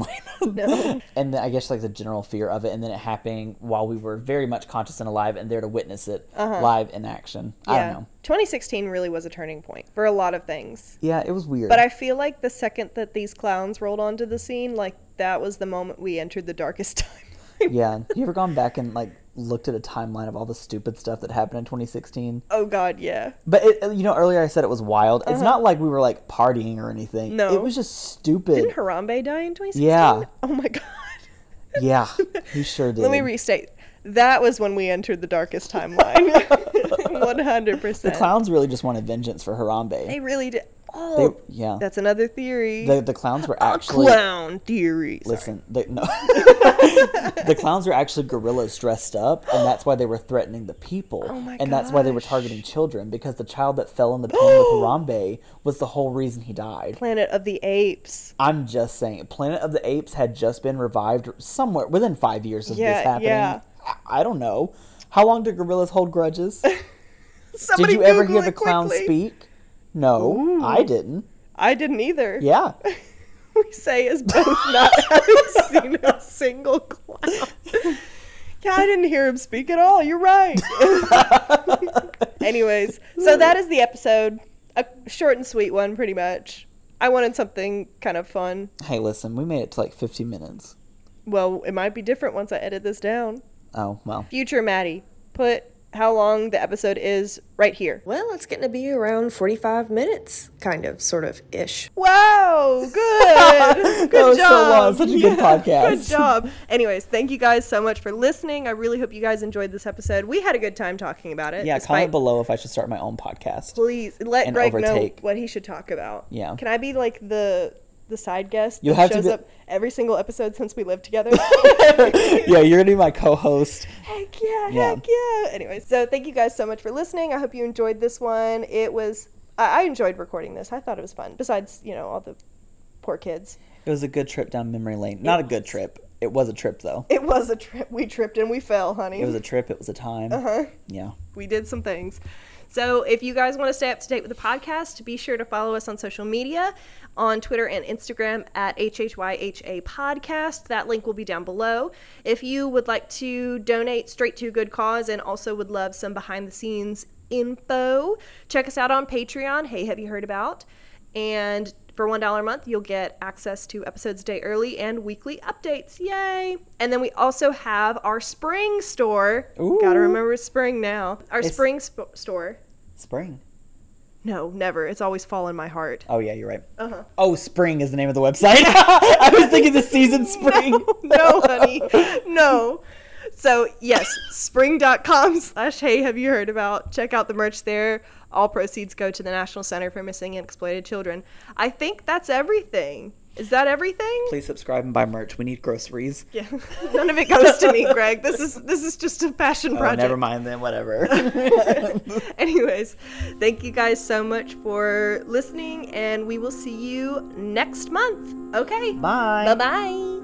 Speaker 1: [LAUGHS]
Speaker 2: Wayne.
Speaker 1: No.
Speaker 2: [LAUGHS] and then I guess like the general fear of it, and then it happening while we were very much conscious and alive and there to witness it live in action. I
Speaker 1: Uh-huh. Yeah.
Speaker 2: don't know.
Speaker 1: 2016 really was a turning point for a lot of things.
Speaker 2: Yeah, it was weird.
Speaker 1: But I feel like the second that these clowns rolled onto the scene, like that was the moment we entered the darkest [LAUGHS] time.
Speaker 2: Yeah. You ever gone back and like looked at a timeline of all the stupid stuff that happened in 2016?
Speaker 1: oh God, yeah.
Speaker 2: But it, uh, you know, earlier I said it was wild. It's not like we were like partying or anything.
Speaker 1: Uh-huh. No.
Speaker 2: It was just stupid.
Speaker 1: Didn't Harambe die in 2016?
Speaker 2: Yeah.
Speaker 1: Oh my God.
Speaker 2: yeah. He sure
Speaker 1: [LAUGHS]
Speaker 2: did.
Speaker 1: Let me restate. That was when we entered the darkest
Speaker 2: [LAUGHS]
Speaker 1: timeline. 100%.
Speaker 2: the clowns really just wanted vengeance for Harambe.
Speaker 1: They really did. Oh,
Speaker 2: yeah.
Speaker 1: that's another theory.
Speaker 2: the the clowns
Speaker 1: [LAUGHS]
Speaker 2: were actually
Speaker 1: Clown theory. Sorry. [LAUGHS]
Speaker 2: listen. They, no. [LAUGHS] the clowns were actually gorillas dressed up, and that's why they were threatening the people.
Speaker 1: Oh my
Speaker 2: and that's why they were
Speaker 1: gosh.
Speaker 2: targeting children because the child that fell in the pen
Speaker 1: [GASPS]
Speaker 2: with Harambe was the whole reason he died.
Speaker 1: Planet of the Apes.
Speaker 2: I'm just saying, Planet of the Apes had just been revived somewhere within five years of
Speaker 1: Yeah,
Speaker 2: this happening.
Speaker 1: yeah.
Speaker 2: I I don't know. How long do gorillas
Speaker 1: [LAUGHS]
Speaker 2: hold grudges? Did
Speaker 1: Somebody
Speaker 2: you ever
Speaker 1: Google
Speaker 2: hear
Speaker 1: it
Speaker 2: the clown
Speaker 1: quickly.
Speaker 2: speak? No, I didn't.
Speaker 1: I didn't either. [LAUGHS]
Speaker 2: Yeah. [LAUGHS]
Speaker 1: we say is both not having seen a single clown. Yeah, I didn't hear him speak at all. You're right. Anyways, so that is the episode. A short and sweet one, pretty much. I wanted something kind of fun.
Speaker 2: Hey, listen, we made it to like 50 minutes.
Speaker 1: Well, it might be different once I edit this down.
Speaker 2: Oh, well.
Speaker 1: Future Maddie, put how long the episode is right here.
Speaker 3: Well, it's getting to be around 45 minutes, kind of, sort of ish.
Speaker 1: Wow, good. Good
Speaker 2: [LAUGHS] That was so
Speaker 1: job.
Speaker 2: long. Such a good podcast.
Speaker 1: Good job. Anyways, thank you guys so much for listening. I really hope you guys enjoyed this episode. We had a good time talking about it.
Speaker 2: Yeah,
Speaker 1: Uh, despite-
Speaker 2: comment below if I should start my own podcast.
Speaker 1: Please let
Speaker 2: and
Speaker 1: Greg know
Speaker 2: overtake.
Speaker 1: what he should talk about.
Speaker 2: Yeah.
Speaker 1: [LAUGHS]
Speaker 2: [LAUGHS]
Speaker 1: Can I be like the the side guest
Speaker 2: You'll
Speaker 1: that
Speaker 2: have to
Speaker 1: shows
Speaker 2: be-
Speaker 1: up every single episode since we lived together?
Speaker 2: [LAUGHS]
Speaker 1: [LAUGHS]
Speaker 2: yeah, you're going to be my co host.
Speaker 1: heck yeah,
Speaker 2: Yeah.
Speaker 1: heck yeah. Anyways, so thank you guys so much for listening. I hope you enjoyed this one. It was I, I enjoyed recording this. I thought it was fun. Besides, you know, all the poor kids.
Speaker 2: It was a good trip down memory lane. Not a good trip. It was a trip though.
Speaker 1: It was a trip. We tripped and we fell, honey.
Speaker 2: It was a trip. It was a time.
Speaker 1: Uh-huh.
Speaker 2: Uh huh. Yeah.
Speaker 1: we did some things. So if you guys want to stay up to date with the podcast, be sure to follow us on social media on Twitter and Instagram at HHYHA Podcast. That link will be down below. If you would like to donate straight to a good cause and also would love some behind the scenes info, check us out on Patreon. Hey, have you heard about? And for $1 a month, you'll get access to episodes a day early and weekly updates. Yay! And then we also have our spring store. Gotta
Speaker 2: Ooh.
Speaker 1: remember it's spring now. Our
Speaker 2: It's-
Speaker 1: spring sp- store.
Speaker 2: Spring.
Speaker 1: No, never. It's always fall in my heart.
Speaker 2: Oh yeah, you're right. Uh-huh. Oh, spring is the name of the website. [LAUGHS] I was thinking the [LAUGHS] season spring.
Speaker 1: [LAUGHS] no, honey. No. So, yes, spring.com slash hey, have you heard about? Check out the merch there. All proceeds go to the National Center for Missing and Exploited Children. I think that's everything. Is that everything?
Speaker 2: Please subscribe and buy merch. We need groceries.
Speaker 1: Yeah. [LAUGHS] None of it goes to me, Greg. This is this is just a passion
Speaker 2: Oh,
Speaker 1: project.
Speaker 2: never mind then. [LAUGHS] Whatever.
Speaker 1: [LAUGHS] Anyways, thank you guys so much for listening and we will see you next month. Okay.
Speaker 2: Bye.
Speaker 1: Bye-bye.